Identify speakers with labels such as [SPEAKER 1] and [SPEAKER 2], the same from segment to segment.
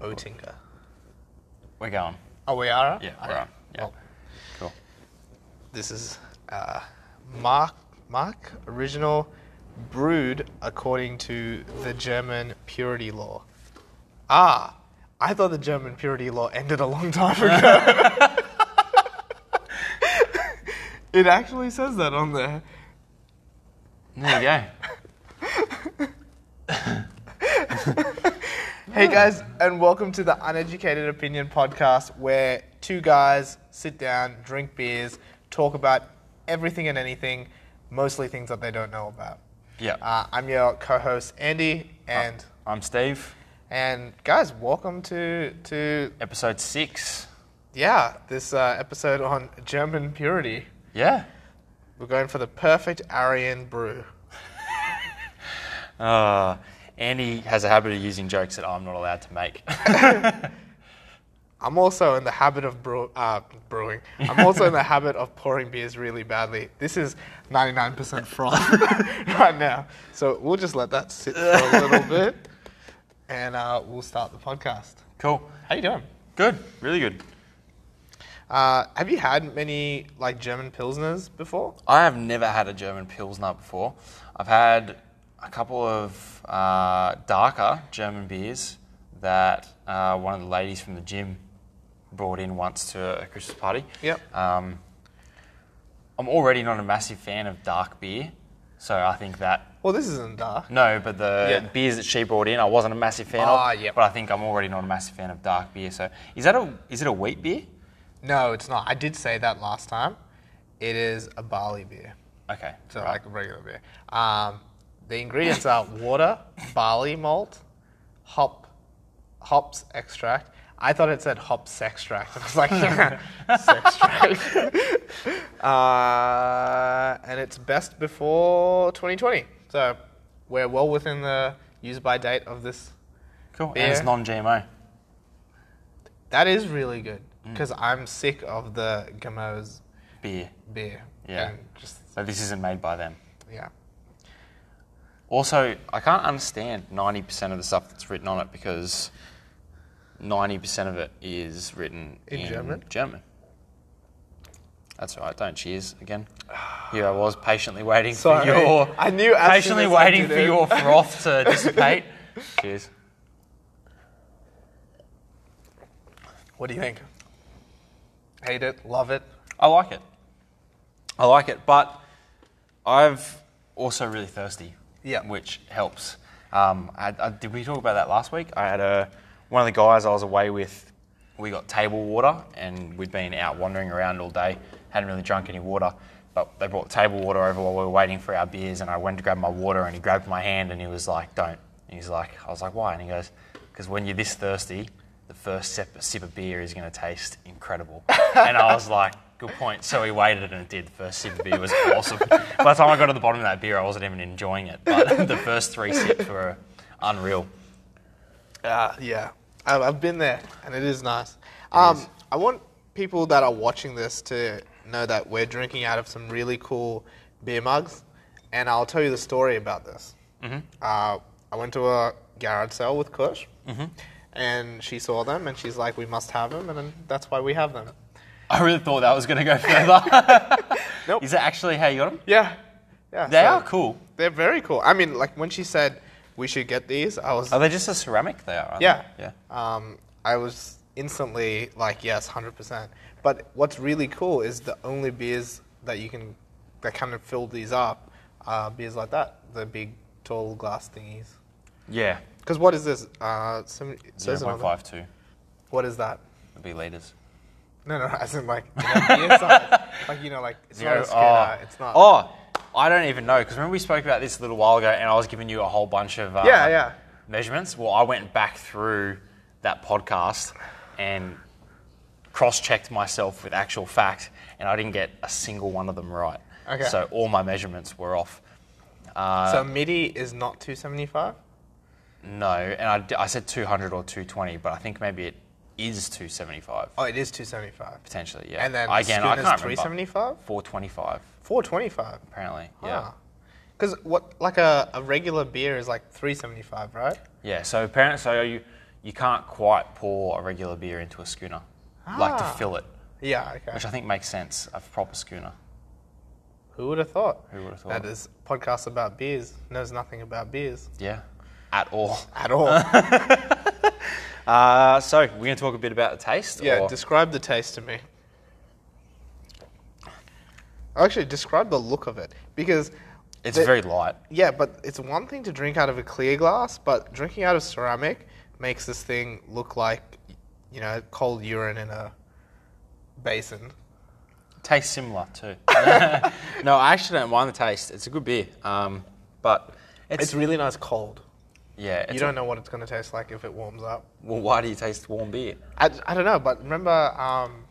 [SPEAKER 1] Oettinger.
[SPEAKER 2] We're going.
[SPEAKER 1] Oh, we are?
[SPEAKER 2] Yeah, we're on. Yeah.
[SPEAKER 1] Well,
[SPEAKER 2] Cool.
[SPEAKER 1] This is uh, Mark, Mark original brewed according to the German purity law. Ah, I thought the German purity law ended a long time ago. it actually says that on there.
[SPEAKER 2] There you go.
[SPEAKER 1] Hey guys, and welcome to the Uneducated Opinion podcast, where two guys sit down, drink beers, talk about everything and anything, mostly things that they don't know about.
[SPEAKER 2] Yeah.
[SPEAKER 1] Uh, I'm your co-host Andy, and
[SPEAKER 2] I'm Steve.
[SPEAKER 1] and guys, welcome to to
[SPEAKER 2] Episode six.
[SPEAKER 1] yeah this uh, episode on German purity.
[SPEAKER 2] Yeah.
[SPEAKER 1] We're going for the perfect Aryan brew.
[SPEAKER 2] Uh, Andy has a habit of using jokes that I'm not allowed to make.
[SPEAKER 1] I'm also in the habit of brew, uh, brewing. I'm also in the habit of pouring beers really badly. This is 99% froth right now. So we'll just let that sit for a little bit and uh, we'll start the podcast.
[SPEAKER 2] cool.
[SPEAKER 1] How you doing?
[SPEAKER 2] Good. Really good.
[SPEAKER 1] Uh, have you had many like German Pilsners before?
[SPEAKER 2] I have never had a German Pilsner before. I've had a couple of uh, darker German beers that uh, one of the ladies from the gym brought in once to a Christmas party.
[SPEAKER 1] Yep.
[SPEAKER 2] Um, I'm already not a massive fan of dark beer, so I think that.
[SPEAKER 1] Well, this isn't uh, dark.
[SPEAKER 2] No, but the
[SPEAKER 1] Yeah.
[SPEAKER 2] beers that she brought in, I wasn't a massive fan
[SPEAKER 1] Ah,
[SPEAKER 2] of.
[SPEAKER 1] yep.
[SPEAKER 2] But I think I'm already not a massive fan of dark beer. So is that a is it a wheat beer?
[SPEAKER 1] No, it's not. I did say that last time. It is a barley beer.
[SPEAKER 2] Okay.
[SPEAKER 1] So
[SPEAKER 2] right.
[SPEAKER 1] like a regular beer. Um, the ingredients are water, barley malt, hop, hops extract. I thought it said hops extract. I was like, sextract. uh, and it's best before 2020. So we're well within the use by date of this.
[SPEAKER 2] cool. And it's
[SPEAKER 1] beer.
[SPEAKER 2] non-GMO.
[SPEAKER 1] That is really good because I'm sick of the Gamo's
[SPEAKER 2] beer.
[SPEAKER 1] beer.
[SPEAKER 2] Yeah.
[SPEAKER 1] And just,
[SPEAKER 2] So this isn't made by them.
[SPEAKER 1] yeah.
[SPEAKER 2] Also, I can't understand 90% of the stuff that's written on it because 90% of it is written
[SPEAKER 1] In
[SPEAKER 2] in,
[SPEAKER 1] German?
[SPEAKER 2] German. That's all right. Don't cheers again. Here I was patiently waiting
[SPEAKER 1] Sorry.
[SPEAKER 2] for your.
[SPEAKER 1] I knew as
[SPEAKER 2] patiently
[SPEAKER 1] soon as I
[SPEAKER 2] waiting
[SPEAKER 1] did
[SPEAKER 2] for
[SPEAKER 1] it.
[SPEAKER 2] your froth to dissipate. cheers.
[SPEAKER 1] What do you think? Hate it? Love it?
[SPEAKER 2] I like it. I like it, but I've also really thirsty.
[SPEAKER 1] Yeah.
[SPEAKER 2] which helps. Um, I, I, did we talk about that last week? I had a one of the guys I was away with. We got table water, and we'd been out wandering around all day. Hadn't really drunk any water, but they brought table water over while we were waiting for our beers. And I went to grab my water, and he grabbed my hand, and he was like, "Don't." And he's like, "I was like, why?" And he goes, "Because when you're this thirsty, the first sip, sip of beer is going to taste incredible." and I was like. Good point. So he waited and it did. The first sip of beer was awesome. By the time I got to the bottom of that beer, I wasn't even enjoying it. But the first three sips were unreal.
[SPEAKER 1] Uh, yeah. I, I've been there, and it is nice. Um,
[SPEAKER 2] is.
[SPEAKER 1] I want people that are watching this to know that we're drinking out of some really cool beer mugs, and I'll tell you the story about this. Mm-hmm. Uh, I went to a garage sale with Kush,
[SPEAKER 2] Mm-hmm.
[SPEAKER 1] and she saw them, and she's like, "We must have them," and then that's why we have them.
[SPEAKER 2] I really thought that was going to go further.
[SPEAKER 1] Nope.
[SPEAKER 2] Is that actually how you got them?
[SPEAKER 1] Yeah, yeah.
[SPEAKER 2] They
[SPEAKER 1] so-
[SPEAKER 2] are cool.
[SPEAKER 1] They're very cool. I mean, like when she said we should get these, I was
[SPEAKER 2] Are they just a ceramic? They are. Aren't
[SPEAKER 1] Yeah.
[SPEAKER 2] They? Yeah.
[SPEAKER 1] Um, I was instantly like, yes, hundred percent. But what's really cool is the only beers that you can that kind of fill these up are beers like that, the big tall glass thingies.
[SPEAKER 2] Yeah.
[SPEAKER 1] Because what is this? Uh, some, it
[SPEAKER 2] Zero
[SPEAKER 1] says it on
[SPEAKER 2] point
[SPEAKER 1] the-
[SPEAKER 2] five two
[SPEAKER 1] What is that?
[SPEAKER 2] would be liters.
[SPEAKER 1] No, no, as in like you know, beer size. like you know, like it's not a skinner. It's not.
[SPEAKER 2] Oh, I don't even know because remember we spoke about this a little while ago, and I was giving you a whole bunch of uh,
[SPEAKER 1] Yeah, yeah.
[SPEAKER 2] measurements. Well, I went back through that podcast and cross-checked myself with actual fact, and I didn't get a single one of them right.
[SPEAKER 1] Okay.
[SPEAKER 2] So all my measurements were off. Uh,
[SPEAKER 1] so midi is not two seventy five.
[SPEAKER 2] No, and I, d- I said 200 or 220, but I think maybe it is 275
[SPEAKER 1] Oh, it is two seventy five.
[SPEAKER 2] potentially. Yeah.
[SPEAKER 1] And then
[SPEAKER 2] Again, I
[SPEAKER 1] schooner's
[SPEAKER 2] can't
[SPEAKER 1] three
[SPEAKER 2] remember.
[SPEAKER 1] seventy five,
[SPEAKER 2] 425
[SPEAKER 1] four twenty five.
[SPEAKER 2] apparently. Yeah.
[SPEAKER 1] Yeah. Because what like a, a regular beer is like three seventy five, right?
[SPEAKER 2] Yeah, so apparently, so you, you can't quite pour a regular beer into a schooner, like to
[SPEAKER 1] Ah.
[SPEAKER 2] fill it,
[SPEAKER 1] Yeah, okay.
[SPEAKER 2] which I think makes sense. A proper schooner.
[SPEAKER 1] Who would have thought?
[SPEAKER 2] Who would've thought?
[SPEAKER 1] That this podcast about beers knows nothing about beers
[SPEAKER 2] Yeah, at all.
[SPEAKER 1] at all.
[SPEAKER 2] Uh, so we're going to talk a bit about the taste.
[SPEAKER 1] yeah,
[SPEAKER 2] or-
[SPEAKER 1] describe the taste to me. Actually, describe the look of it because
[SPEAKER 2] it's
[SPEAKER 1] the-
[SPEAKER 2] very light.
[SPEAKER 1] Yeah, but it's one thing to drink out of a clear glass, but drinking out of ceramic makes this thing look like, you know, cold urine in a basin.
[SPEAKER 2] Tastes similar too. no, I actually don't mind the taste. It's a good beer, um, but it's,
[SPEAKER 1] It's really nice cold.
[SPEAKER 2] yeah. It's
[SPEAKER 1] you
[SPEAKER 2] a-
[SPEAKER 1] don't know what it's going to taste like if it warms up.
[SPEAKER 2] well, why do you taste warm beer?
[SPEAKER 1] I, I don't know, but remember, um,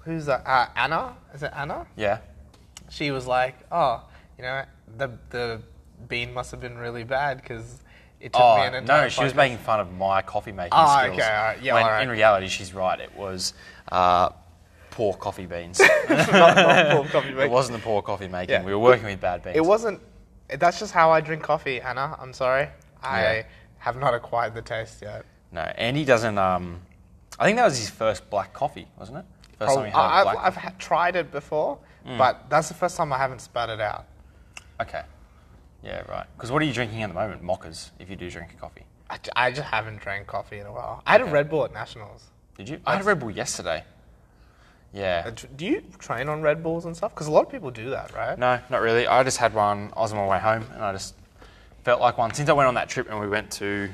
[SPEAKER 1] who's that? Uh, Anna? Is it Anna?
[SPEAKER 2] Yeah,
[SPEAKER 1] She was like, oh, you know, the the bean must have been really bad because it took me an
[SPEAKER 2] Oh,
[SPEAKER 1] entire
[SPEAKER 2] no, she was
[SPEAKER 1] podcast-
[SPEAKER 2] making fun of my coffee making
[SPEAKER 1] Ah,
[SPEAKER 2] skills.
[SPEAKER 1] okay, all right, yeah,
[SPEAKER 2] when
[SPEAKER 1] all right.
[SPEAKER 2] in reality, she's right. It was uh, poor coffee beans.
[SPEAKER 1] Not- not full coffee
[SPEAKER 2] it
[SPEAKER 1] making.
[SPEAKER 2] wasn't the poor coffee making.
[SPEAKER 1] Yeah.
[SPEAKER 2] We were working with bad beans.
[SPEAKER 1] It wasn't. That's just how I drink coffee, Anna. I'm sorry. I
[SPEAKER 2] Yeah.
[SPEAKER 1] have not acquired the taste yet.
[SPEAKER 2] No, Andy doesn't. Um, I think that was his first black coffee, wasn't it? First time he had a
[SPEAKER 1] I, Oh, I've,
[SPEAKER 2] black.
[SPEAKER 1] I've ha- tried it before, but that's the first time I haven't spat it out.
[SPEAKER 2] okay. Yeah, right. Because what are you drinking at the moment? Mockers, if you do drink a coffee.
[SPEAKER 1] I, j- I just haven't drank coffee in a while. I had a Red Bull at Nationals.
[SPEAKER 2] Did you? I had a Red Bull yesterday.
[SPEAKER 1] Uh,
[SPEAKER 2] Yeah.
[SPEAKER 1] tr- Do you train on Red Bulls and stuff? Because a lot of people do that, right?
[SPEAKER 2] No, not really. I just had one. I was on my way home, and I just felt like one. Since I went on that trip and we went to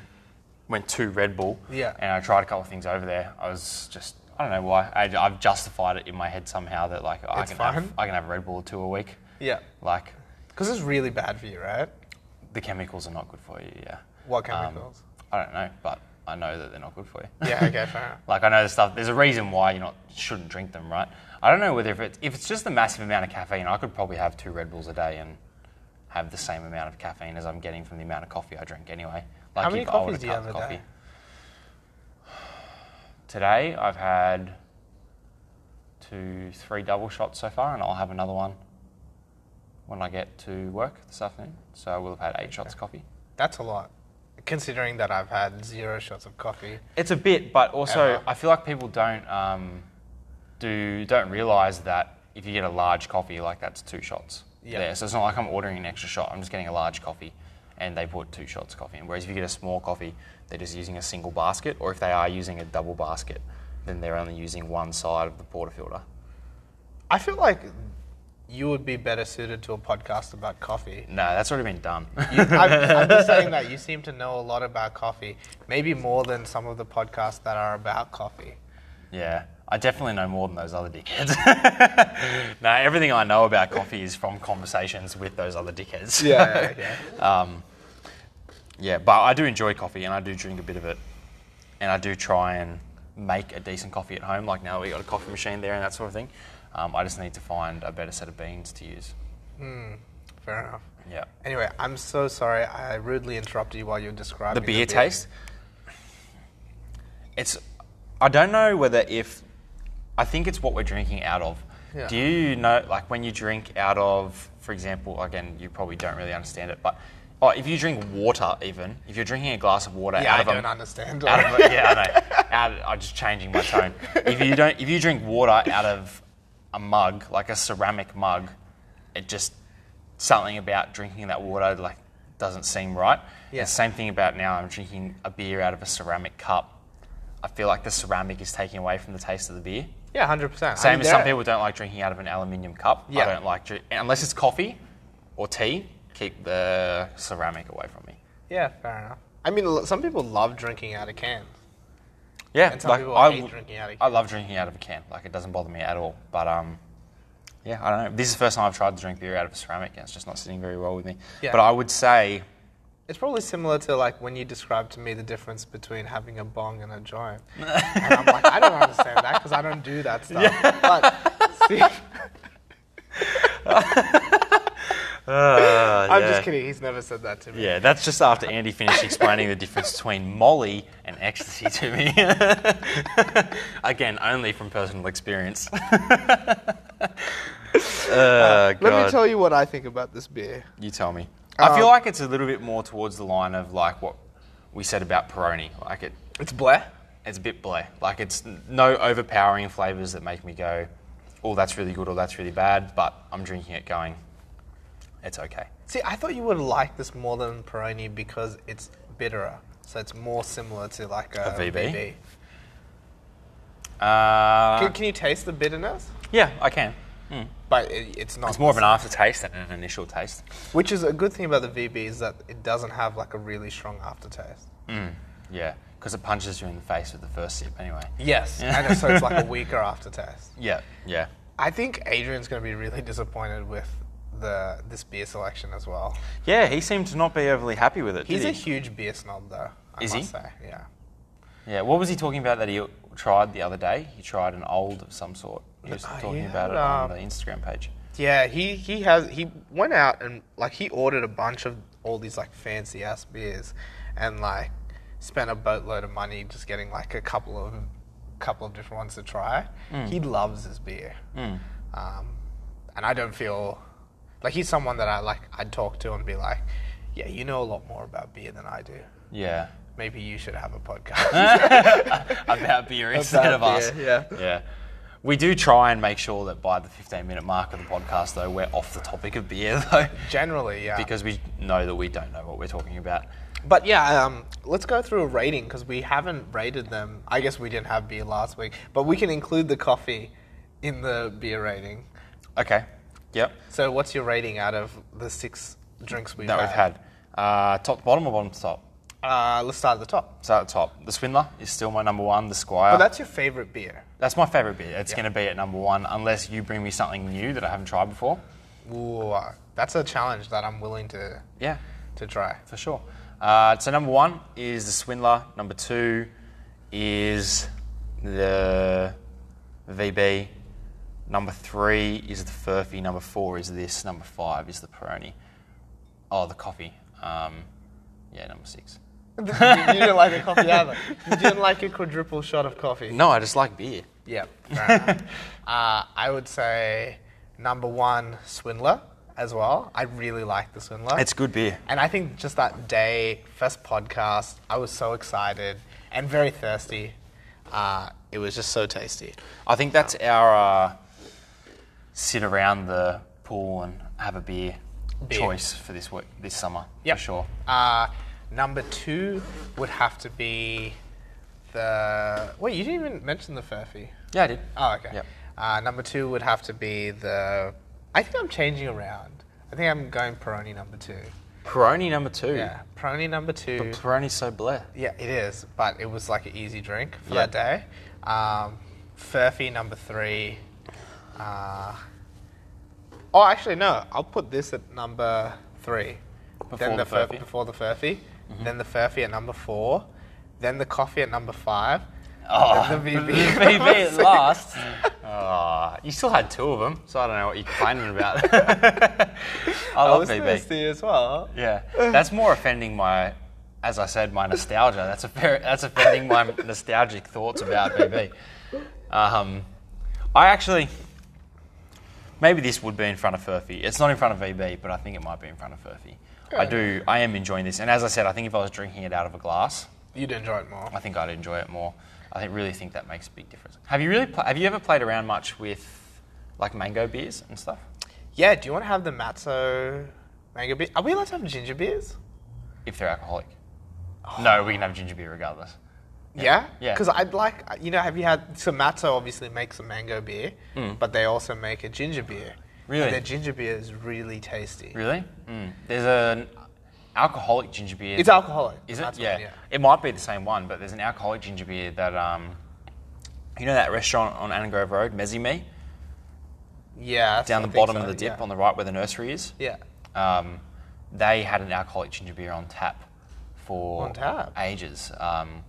[SPEAKER 2] went to Red Bull,
[SPEAKER 1] Yeah.
[SPEAKER 2] and I tried a couple of things over there. I was just I don't know why. I, have justified it in my head somehow that like I
[SPEAKER 1] It's
[SPEAKER 2] can
[SPEAKER 1] fine.
[SPEAKER 2] have I can have Red Bull or two a week.
[SPEAKER 1] Yeah.
[SPEAKER 2] Like
[SPEAKER 1] Because it's really bad for you, right?
[SPEAKER 2] the chemicals are not good for you. Yeah.
[SPEAKER 1] What
[SPEAKER 2] Um,
[SPEAKER 1] chemicals?
[SPEAKER 2] I don't know, but I know that they're not good for you.
[SPEAKER 1] yeah, okay, fair enough.
[SPEAKER 2] Like I know the stuff. There's a reason why you not shouldn't drink them, right? I don't know whether if it's if it's just the massive amount of caffeine, I could probably have two Red Bulls a day and have the same amount of caffeine as I'm getting from the amount of coffee I drink anyway. Like
[SPEAKER 1] How many
[SPEAKER 2] if I were
[SPEAKER 1] coffees
[SPEAKER 2] to
[SPEAKER 1] do you
[SPEAKER 2] cut
[SPEAKER 1] have a
[SPEAKER 2] the
[SPEAKER 1] day?
[SPEAKER 2] Today I've had two, three double shots so far, and I'll have another one when I get to work this afternoon. So I will have had eight shots of coffee.
[SPEAKER 1] That's a lot, considering that I've had zero shots of coffee.
[SPEAKER 2] It's a bit, but also
[SPEAKER 1] Uh-huh.
[SPEAKER 2] I feel like people don't um, do don't realize that if you get a large coffee, like that's two shots.
[SPEAKER 1] Yeah.
[SPEAKER 2] There. So it's not like I'm ordering an extra shot. I'm just getting a large coffee, and they put two shots of coffee in. Whereas if you get a small coffee, they're just using a single basket, or if they are using a double basket, then they're only using one side of the portafilter.
[SPEAKER 1] I feel like you would be better suited to a podcast about coffee.
[SPEAKER 2] No, that's already been done.
[SPEAKER 1] You, I'm, I'm just saying that you seem to know a lot about coffee, maybe more than some of the podcasts that are about coffee.
[SPEAKER 2] yeah. I definitely know more than those other dickheads. no, everything I know about coffee is from conversations with those other dickheads.
[SPEAKER 1] yeah.
[SPEAKER 2] Um, yeah, but I do enjoy coffee and I do drink a bit of it. And I do try and make a decent coffee at home, like now that we got a coffee machine there and that sort of thing. Um, I just need to find a better set of beans to use.
[SPEAKER 1] Fair enough.
[SPEAKER 2] Yeah.
[SPEAKER 1] Anyway, I'm so sorry I rudely interrupted you while you were describing
[SPEAKER 2] The beer taste, it's, I don't know whether if, I think it's what we're drinking out of.
[SPEAKER 1] Yeah.
[SPEAKER 2] Do you know, like when you drink out of, for example, again, you probably don't really understand it, but oh, if you drink water even, if you're drinking a glass of water
[SPEAKER 1] Yeah,
[SPEAKER 2] out
[SPEAKER 1] I
[SPEAKER 2] of a
[SPEAKER 1] don't understand.
[SPEAKER 2] out of yeah, I know. Out of, I'm just changing my tone. If you don't, if you drink water out of a mug, like a ceramic mug, it just something about drinking that water like doesn't seem right.
[SPEAKER 1] Yeah.
[SPEAKER 2] The same thing about now. I'm drinking a beer out of a ceramic cup. I feel like the ceramic is taking away from the taste of the beer.
[SPEAKER 1] yeah, 100%.
[SPEAKER 2] Same as some
[SPEAKER 1] there-
[SPEAKER 2] people don't like drinking out of an aluminium cup.
[SPEAKER 1] Yeah.
[SPEAKER 2] I don't like dri- unless it's coffee or tea. Keep the ceramic away from me.
[SPEAKER 1] Yeah, fair enough. I mean, l- some people love drinking out of cans.
[SPEAKER 2] Yeah,
[SPEAKER 1] And some people hate
[SPEAKER 2] w-
[SPEAKER 1] drinking out of
[SPEAKER 2] I love drinking out of a can. Like it doesn't bother me at all. But um, yeah, I don't know. This is the first time I've tried to drink beer out of a ceramic, and it's just not sitting very well with me.
[SPEAKER 1] Yeah.
[SPEAKER 2] But I would say,
[SPEAKER 1] It's probably similar to like when you described to me the difference between having a bong and a joint. and I'm like, I don't understand that because I don't do that stuff. But see, I'm
[SPEAKER 2] Ah, yeah.
[SPEAKER 1] just kidding. He's never said that to me.
[SPEAKER 2] yeah, that's just after Andy finished explaining the difference between Molly and ecstasy to me. Again, only from personal experience. uh,
[SPEAKER 1] Let
[SPEAKER 2] God.
[SPEAKER 1] me tell you what I think about this beer.
[SPEAKER 2] You tell me.
[SPEAKER 1] Um,
[SPEAKER 2] I feel like it's a little bit more towards the line of like what we said about Peroni. Like it,
[SPEAKER 1] It's Blair.
[SPEAKER 2] It's a bit bleh. Like it's n- no overpowering flavors that make me go, oh, that's really good or that's really bad. But I'm drinking it going, it's okay.
[SPEAKER 1] See, I thought you would like this more than Peroni because it's bitterer. So it's more similar to like a,
[SPEAKER 2] A VB?
[SPEAKER 1] VB.
[SPEAKER 2] Uh,
[SPEAKER 1] Can, can you taste the bitterness?
[SPEAKER 2] yeah, I can.
[SPEAKER 1] But it, it's not.
[SPEAKER 2] It's more of an aftertaste than an initial taste.
[SPEAKER 1] Which is a good thing about the VB is that it doesn't have like a really strong aftertaste.
[SPEAKER 2] Yeah, because it punches you in the face with the first sip anyway.
[SPEAKER 1] Yes. And so it's like a weaker aftertaste.
[SPEAKER 2] Yeah, yeah.
[SPEAKER 1] I think Adrian's going to be really disappointed with the this beer selection as well.
[SPEAKER 2] Yeah, he seemed to not be overly happy with it.
[SPEAKER 1] He's
[SPEAKER 2] did
[SPEAKER 1] a
[SPEAKER 2] he?
[SPEAKER 1] huge beer snob, though. I
[SPEAKER 2] Is he?
[SPEAKER 1] must say, yeah.
[SPEAKER 2] Yeah, what was he talking about that he tried the other day? He tried an old of some sort. He was
[SPEAKER 1] Oh,
[SPEAKER 2] talking
[SPEAKER 1] yeah,
[SPEAKER 2] about it
[SPEAKER 1] um,
[SPEAKER 2] on the Instagram page.
[SPEAKER 1] Yeah, he he has he went out and like he ordered a bunch of all these like fancy ass beers, and like spent a boatload of money just getting like a couple of couple of different ones to try. He loves his beer, um, and I don't feel like he's someone that I like. I'd talk to and be like, yeah, you know a lot more about beer than I do.
[SPEAKER 2] Yeah.
[SPEAKER 1] Maybe you should have a podcast.
[SPEAKER 2] about beer instead of us.
[SPEAKER 1] beer,
[SPEAKER 2] yeah. We do try and make sure that by the 15 minute mark of the podcast, though, we're off the topic of beer, though,
[SPEAKER 1] Generally, yeah.
[SPEAKER 2] because we know that we don't know what we're talking about.
[SPEAKER 1] But yeah, um, let's go through a rating because we haven't rated them. I guess we didn't have beer last week, but we can include the coffee in the beer rating.
[SPEAKER 2] Okay. Yep.
[SPEAKER 1] So, what's your rating out of the six drinks we've
[SPEAKER 2] That we've had. Uh, top to bottom or bottom to top?
[SPEAKER 1] Uh, let's start at the top.
[SPEAKER 2] So at the top, the Swindler is still my number one. The
[SPEAKER 1] But
[SPEAKER 2] Squire.
[SPEAKER 1] that's your favorite beer.
[SPEAKER 2] that's my favourite beer. It's going to be at number one unless you bring me something new that I haven't tried before.
[SPEAKER 1] Ooh, uh, that's a challenge that I'm willing to
[SPEAKER 2] Yeah,
[SPEAKER 1] to try.
[SPEAKER 2] for sure. Uh, so number one is the Swindler. Number two is the VB. Number three is the Furphy. Number four is this. Number five is the Peroni. Oh, the coffee. Um, yeah, number six.
[SPEAKER 1] you didn't like the coffee either. You didn't like your quadruple shot of coffee.
[SPEAKER 2] No, I just like beer.
[SPEAKER 1] Yeah. fair enough. uh, I would say number one, Swindler as well. I really like the Swindler.
[SPEAKER 2] It's good beer.
[SPEAKER 1] And I think just that day, first podcast, I was so excited and very thirsty. Uh, it was just so tasty.
[SPEAKER 2] I think that's our uh, sit around the pool and have a beer,
[SPEAKER 1] Beer.
[SPEAKER 2] choice for this week, this summer
[SPEAKER 1] Yep.
[SPEAKER 2] for sure.
[SPEAKER 1] Uh, number two would have to be the. Wait, you didn't even mention the Furphy.
[SPEAKER 2] Yeah, I did.
[SPEAKER 1] Oh, okay.
[SPEAKER 2] Yep.
[SPEAKER 1] Uh, number two would have to be the. I think I'm changing around. I think I'm going Peroni number two.
[SPEAKER 2] Peroni number two.
[SPEAKER 1] Yeah, Peroni number two.
[SPEAKER 2] Peroni's so bleh.
[SPEAKER 1] Yeah, it is, but it was like an easy drink for
[SPEAKER 2] Yeah.
[SPEAKER 1] that day. Um, Furphy number three. Uh, oh, actually, no. I'll put this at number three.
[SPEAKER 2] Before the
[SPEAKER 1] Fur-
[SPEAKER 2] Furphy? Mm-hmm.
[SPEAKER 1] Before the Furphy. Then the Furphy at number four. Then the coffee at number five.
[SPEAKER 2] Oh,
[SPEAKER 1] Then the VB.
[SPEAKER 2] VB at last. Oh, you still had two of them, so I don't know what you're complaining about. I
[SPEAKER 1] I
[SPEAKER 2] love
[SPEAKER 1] was
[SPEAKER 2] VB.
[SPEAKER 1] thirsty as well.
[SPEAKER 2] Yeah, that's more offending my, as I said, my nostalgia. That's a that's offending my nostalgic thoughts about BB. Um, I actually, maybe this would be in front of Furphy. It's not in front of VB, but I think it might be in front of Furphy. I do. I am enjoying this, and as I said, I think if I was drinking it out of a glass,
[SPEAKER 1] You'd enjoy it more.
[SPEAKER 2] I think I'd enjoy it more. I think, really think that makes a big difference. Have you really? Pl- have you ever played around much with, like mango beers and stuff?
[SPEAKER 1] Yeah, do you want to have the Matzo mango beer? Are we allowed to have ginger beers?
[SPEAKER 2] If they're alcoholic,
[SPEAKER 1] Oh.
[SPEAKER 2] no, we can have ginger beer regardless.
[SPEAKER 1] Yeah,
[SPEAKER 2] Yeah.
[SPEAKER 1] Because I'd like, you know, have you had? So Matzo obviously makes a mango beer, but they also make a ginger beer.
[SPEAKER 2] Hmm. Really?
[SPEAKER 1] And their ginger beer is really tasty.
[SPEAKER 2] Really? Mm. There's an alcoholic ginger beer.
[SPEAKER 1] It's alcoholic.
[SPEAKER 2] Is
[SPEAKER 1] That's
[SPEAKER 2] it?
[SPEAKER 1] what-
[SPEAKER 2] Yeah. It might be the same one, but there's an alcoholic ginger beer that um, you know that restaurant on Angrove Road, Mezime,
[SPEAKER 1] Yeah.
[SPEAKER 2] down the
[SPEAKER 1] I think
[SPEAKER 2] bottom
[SPEAKER 1] so,
[SPEAKER 2] of the dip
[SPEAKER 1] yeah.
[SPEAKER 2] on the right where the nursery is.
[SPEAKER 1] yeah.
[SPEAKER 2] Um, they had an alcoholic ginger beer on tap for
[SPEAKER 1] On tap?
[SPEAKER 2] ages. Um,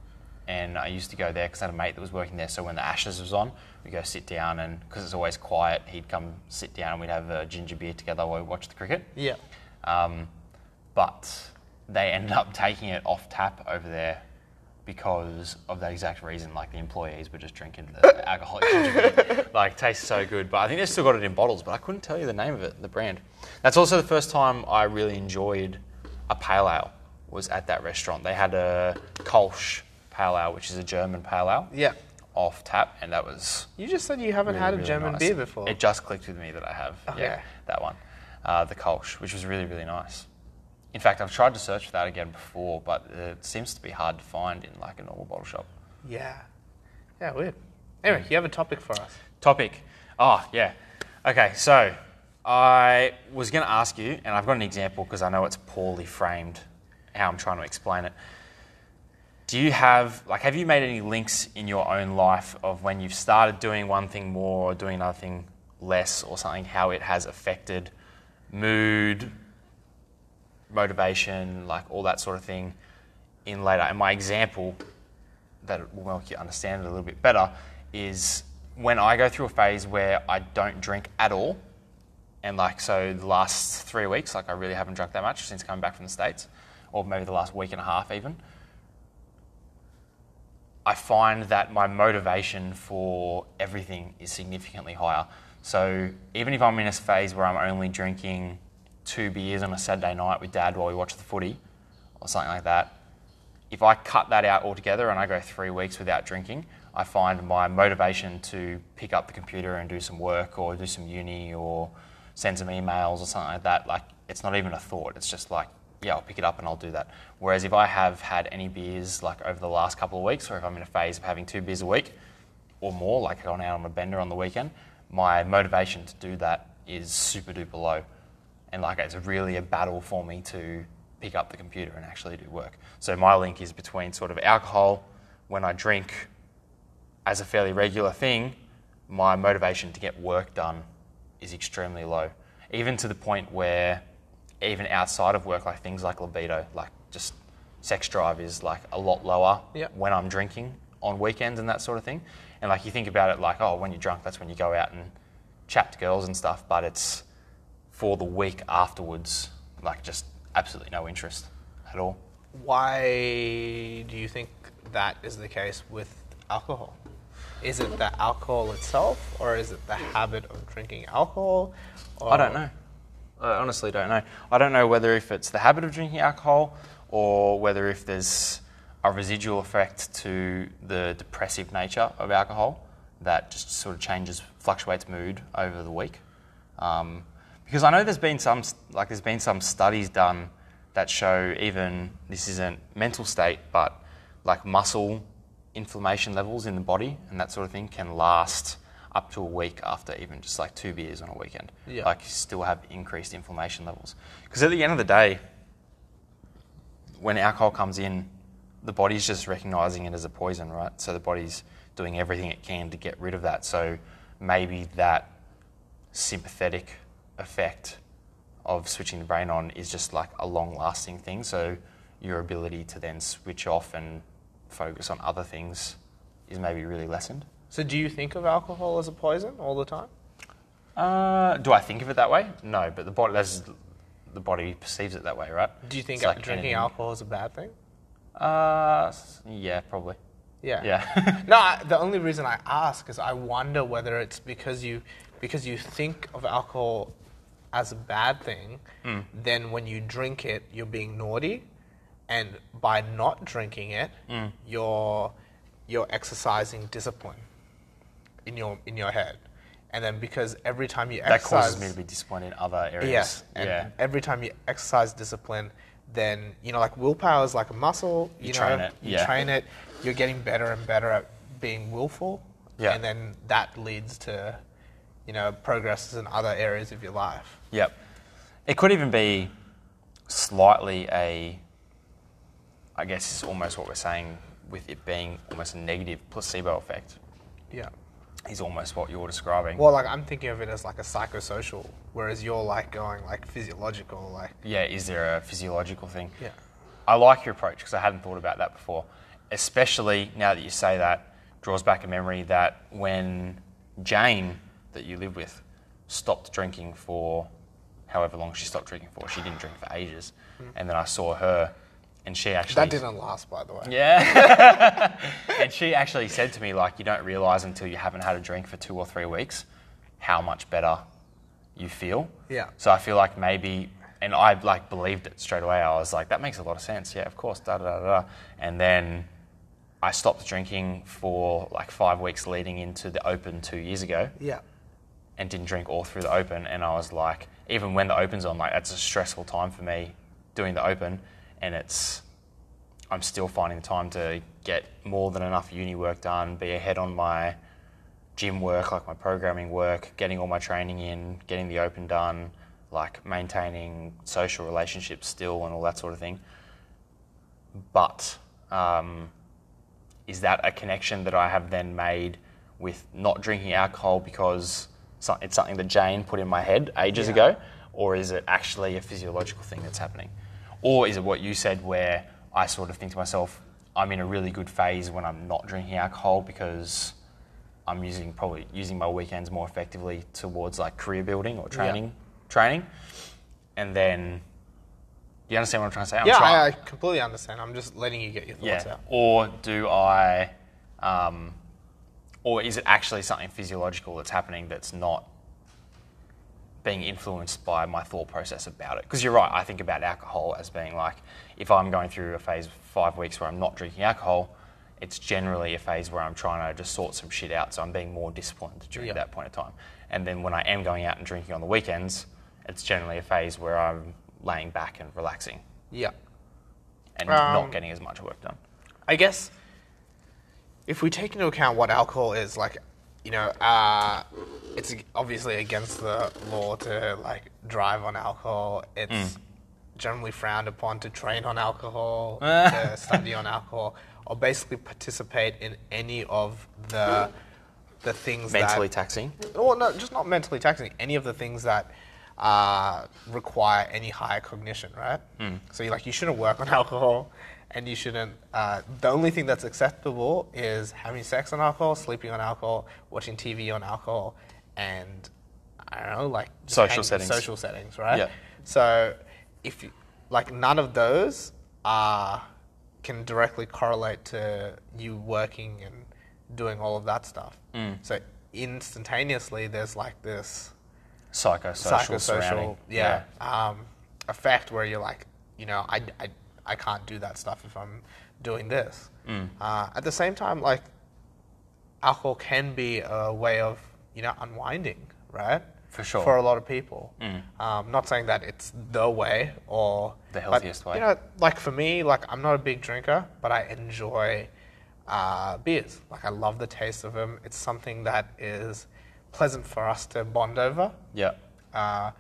[SPEAKER 2] and I used to go there because I had a mate that was working there. So when the Ashes was on, we go sit down, and because it's always quiet, he'd come sit down and we'd have a ginger beer together while we watched the cricket.
[SPEAKER 1] Yeah.
[SPEAKER 2] Um, but they ended up taking it off tap over there because of that exact reason. Like the employees were just drinking the alcoholic ginger beer. Like tastes so good, but I think they still got it in bottles. But I couldn't tell you the name of it, the brand. That's also the first time I really enjoyed a pale ale. Was at that restaurant. They had a Kolsch pale ale, which is a German pale ale,
[SPEAKER 1] Yeah.
[SPEAKER 2] off tap, and that was
[SPEAKER 1] You just said you haven't
[SPEAKER 2] really,
[SPEAKER 1] had a
[SPEAKER 2] really
[SPEAKER 1] German
[SPEAKER 2] nice.
[SPEAKER 1] beer before.
[SPEAKER 2] It just clicked with me that I have.
[SPEAKER 1] yeah.
[SPEAKER 2] Yeah, that one, uh, the Kolsch, which was really really nice. In fact, I've tried to search for that again before, but it seems to be hard to find in like a normal bottle shop.
[SPEAKER 1] yeah. Yeah, weird. Anyway,
[SPEAKER 2] Hmm.
[SPEAKER 1] you have a topic for us.
[SPEAKER 2] Topic. Oh, yeah. Okay, so I was going to ask you, and I've got an example because I know it's poorly framed how I'm trying to explain it. Do you have, like, have you made any links in your own life of when you've started doing one thing more or doing another thing less or something, how it has affected mood, motivation, like all that sort of thing in later? And my example that will make you understand it a little bit better is when I go through a phase where I don't drink at all, and like so the last three weeks, like I really haven't drunk that much since coming back from the States, or maybe the last week and a half even. I find that my motivation for everything is significantly higher. So even if I'm in a phase where I'm only drinking two beers on a Saturday night with dad while we watch the footy or something like that, if I cut that out altogether and I go three weeks without drinking, I find my motivation to pick up the computer and do some work or do some uni or send some emails or something like that, like it's not even a thought. It's just like, yeah, I'll pick it up and I'll do that. Whereas if I have had any beers like over the last couple of weeks, or if I'm in a phase of having two beers a week or more, like I've gone out on a bender on the weekend, my motivation to do that is super duper low and like it's really a battle for me to pick up the computer and actually do work. So my link is between sort of alcohol when I drink as a fairly regular thing, my motivation to get work done is extremely low. Even to the point where even outside of work like things like libido, like just sex drive is like a lot lower
[SPEAKER 1] Yep.
[SPEAKER 2] when I'm drinking on weekends and that sort of thing. And like you think about it like oh when you're drunk that's when you go out and chat to girls and stuff, but it's for the week afterwards, like just absolutely no interest at all.
[SPEAKER 1] Why do you think that is the case with alcohol? Is it the alcohol itself, or is it the habit of drinking alcohol? Or
[SPEAKER 2] I don't know. I honestly don't know. I don't know whether if it's the habit of drinking alcohol or whether if there's a residual effect to the depressive nature of alcohol that just sort of changes, fluctuates mood over the week. Um, because I know there's been some, like there's been some studies done that show even this isn't mental state, but like muscle inflammation levels in the body and that sort of thing can last up to a week after even just like two beers on a weekend.
[SPEAKER 1] Yeah.
[SPEAKER 2] Like you still have increased inflammation levels. Because at the end of the day, when alcohol comes in, the body's just recognizing it as a poison, right? So the body's doing everything it can to get rid of that. So maybe that sympathetic effect of switching the brain on is just like a long lasting thing. So your ability to then switch off and focus on other things is maybe really lessened.
[SPEAKER 1] So, do you think of alcohol as a poison all the time?
[SPEAKER 2] Uh, do I think of it that way? No, but the body that's, the body perceives it that way, right?
[SPEAKER 1] Do you think
[SPEAKER 2] It's like
[SPEAKER 1] drinking
[SPEAKER 2] anything.
[SPEAKER 1] alcohol is a bad thing?
[SPEAKER 2] Uh, s- yeah, probably.
[SPEAKER 1] Yeah.
[SPEAKER 2] Yeah.
[SPEAKER 1] No, I, the only reason I ask is I wonder whether it's because you because you think of alcohol as a bad thing,
[SPEAKER 2] Mm.
[SPEAKER 1] then when you drink it, you're being naughty, and by not drinking it,
[SPEAKER 2] Mm.
[SPEAKER 1] you're you're exercising discipline in your in your head, and then because every time you
[SPEAKER 2] that
[SPEAKER 1] exercise,
[SPEAKER 2] causes me to be disappointed in other areas.
[SPEAKER 1] Yes, and
[SPEAKER 2] yeah.
[SPEAKER 1] every time you exercise discipline, then you know, like willpower is like a muscle. You,
[SPEAKER 2] You
[SPEAKER 1] know,
[SPEAKER 2] train it,
[SPEAKER 1] You
[SPEAKER 2] yeah.
[SPEAKER 1] train it. You're getting better and better at being willful.
[SPEAKER 2] Yeah.
[SPEAKER 1] And then that leads to, you know, progress in other areas of your life.
[SPEAKER 2] Yep. It could even be slightly a, I guess, is almost what we're saying with it being almost a negative placebo effect,
[SPEAKER 1] Yeah.
[SPEAKER 2] is almost what you're describing.
[SPEAKER 1] Well, like I'm thinking of it as like a psychosocial, whereas you're like going like physiological, like
[SPEAKER 2] yeah, is there a physiological thing?
[SPEAKER 1] Yeah.
[SPEAKER 2] I like your approach because I hadn't thought about that before. Especially now that you say that, draws back a memory that when Jane, that you live with, stopped drinking for however long she stopped drinking for, she didn't drink for ages. And then I saw her, and she actually.
[SPEAKER 1] that didn't last, by the way.
[SPEAKER 2] Yeah. and she actually said to me, like, you don't realize until you haven't had a drink for two or three weeks how much better you feel.
[SPEAKER 1] Yeah.
[SPEAKER 2] So I feel like maybe, and I like believed it straight away. I was like, that makes a lot of sense. Yeah, of course. Da da da da. And then I stopped drinking for like five weeks leading into the Open two years ago
[SPEAKER 1] Yeah.
[SPEAKER 2] and didn't drink all through the open. And I was like, even when the open's on, like that's a stressful time for me doing the open, and it's I'm still finding the time to get more than enough uni work done, be ahead on my gym work, like my programming work, getting all my training in, getting the open done, like maintaining social relationships still and all that sort of thing. But um, is that a connection that I have then made with not drinking alcohol because so- it's something that Jane put in my head ages ago? Or is it actually a physiological thing that's happening? Or is it what you said where I sort of think to myself, I'm in a really good phase when I'm not drinking alcohol because I'm using probably using my weekends more effectively towards like career building or training training. And then you understand what I'm trying to say? I'm
[SPEAKER 1] Yeah,
[SPEAKER 2] trying-
[SPEAKER 1] I, I completely understand. I'm just letting you get your thoughts out.
[SPEAKER 2] or do I, um, or is it actually something physiological that's happening that's not being influenced by my thought process about it? Because you're right, I think about alcohol as being like, if I'm going through a phase of five weeks where I'm not drinking alcohol, it's generally a phase where I'm trying to just sort some shit out, so I'm being more disciplined during
[SPEAKER 1] Yeah.
[SPEAKER 2] that point of time. And then when I am going out and drinking on the weekends, it's generally a phase where I'm laying back and relaxing
[SPEAKER 1] Yeah.
[SPEAKER 2] and
[SPEAKER 1] Um,
[SPEAKER 2] not getting as much work done.
[SPEAKER 1] I guess if we take into account what alcohol is, like, you know, uh, it's obviously against the law to like drive on alcohol. It's generally frowned upon to train on alcohol, to study on alcohol, or basically participate in any of the the things
[SPEAKER 2] Mentally
[SPEAKER 1] that
[SPEAKER 2] taxing.
[SPEAKER 1] well, no, just not mentally taxing. Any of the things that uh, require any higher cognition, right?
[SPEAKER 2] Hmm.
[SPEAKER 1] So you like you shouldn't work on alcohol, and you shouldn't. Uh, the only thing that's acceptable is having sex on alcohol, sleeping on alcohol, watching TV on alcohol, and I don't know, like just
[SPEAKER 2] Social settings.
[SPEAKER 1] Social settings, right?
[SPEAKER 2] Yeah.
[SPEAKER 1] So if you, like none of those are can directly correlate to you working and doing all of that stuff. So instantaneously, there's like this
[SPEAKER 2] psychosocial surrounding.
[SPEAKER 1] psychosocial, yeah, Um, effect where you're like, you know, I, I, I can't do that stuff if I'm doing this.
[SPEAKER 2] Mm.
[SPEAKER 1] Uh, at the same time, like, alcohol can be a way of, you know, unwinding, right?
[SPEAKER 2] For sure. Mm.
[SPEAKER 1] For a lot of people. Um, not saying that it's the way or
[SPEAKER 2] The
[SPEAKER 1] but,
[SPEAKER 2] healthiest way.
[SPEAKER 1] You know, like for me, like I'm not a big drinker, but I enjoy uh, beers. Like I love the taste of them. It's something that is pleasant for us to bond over.
[SPEAKER 2] Yeah.
[SPEAKER 1] Uh,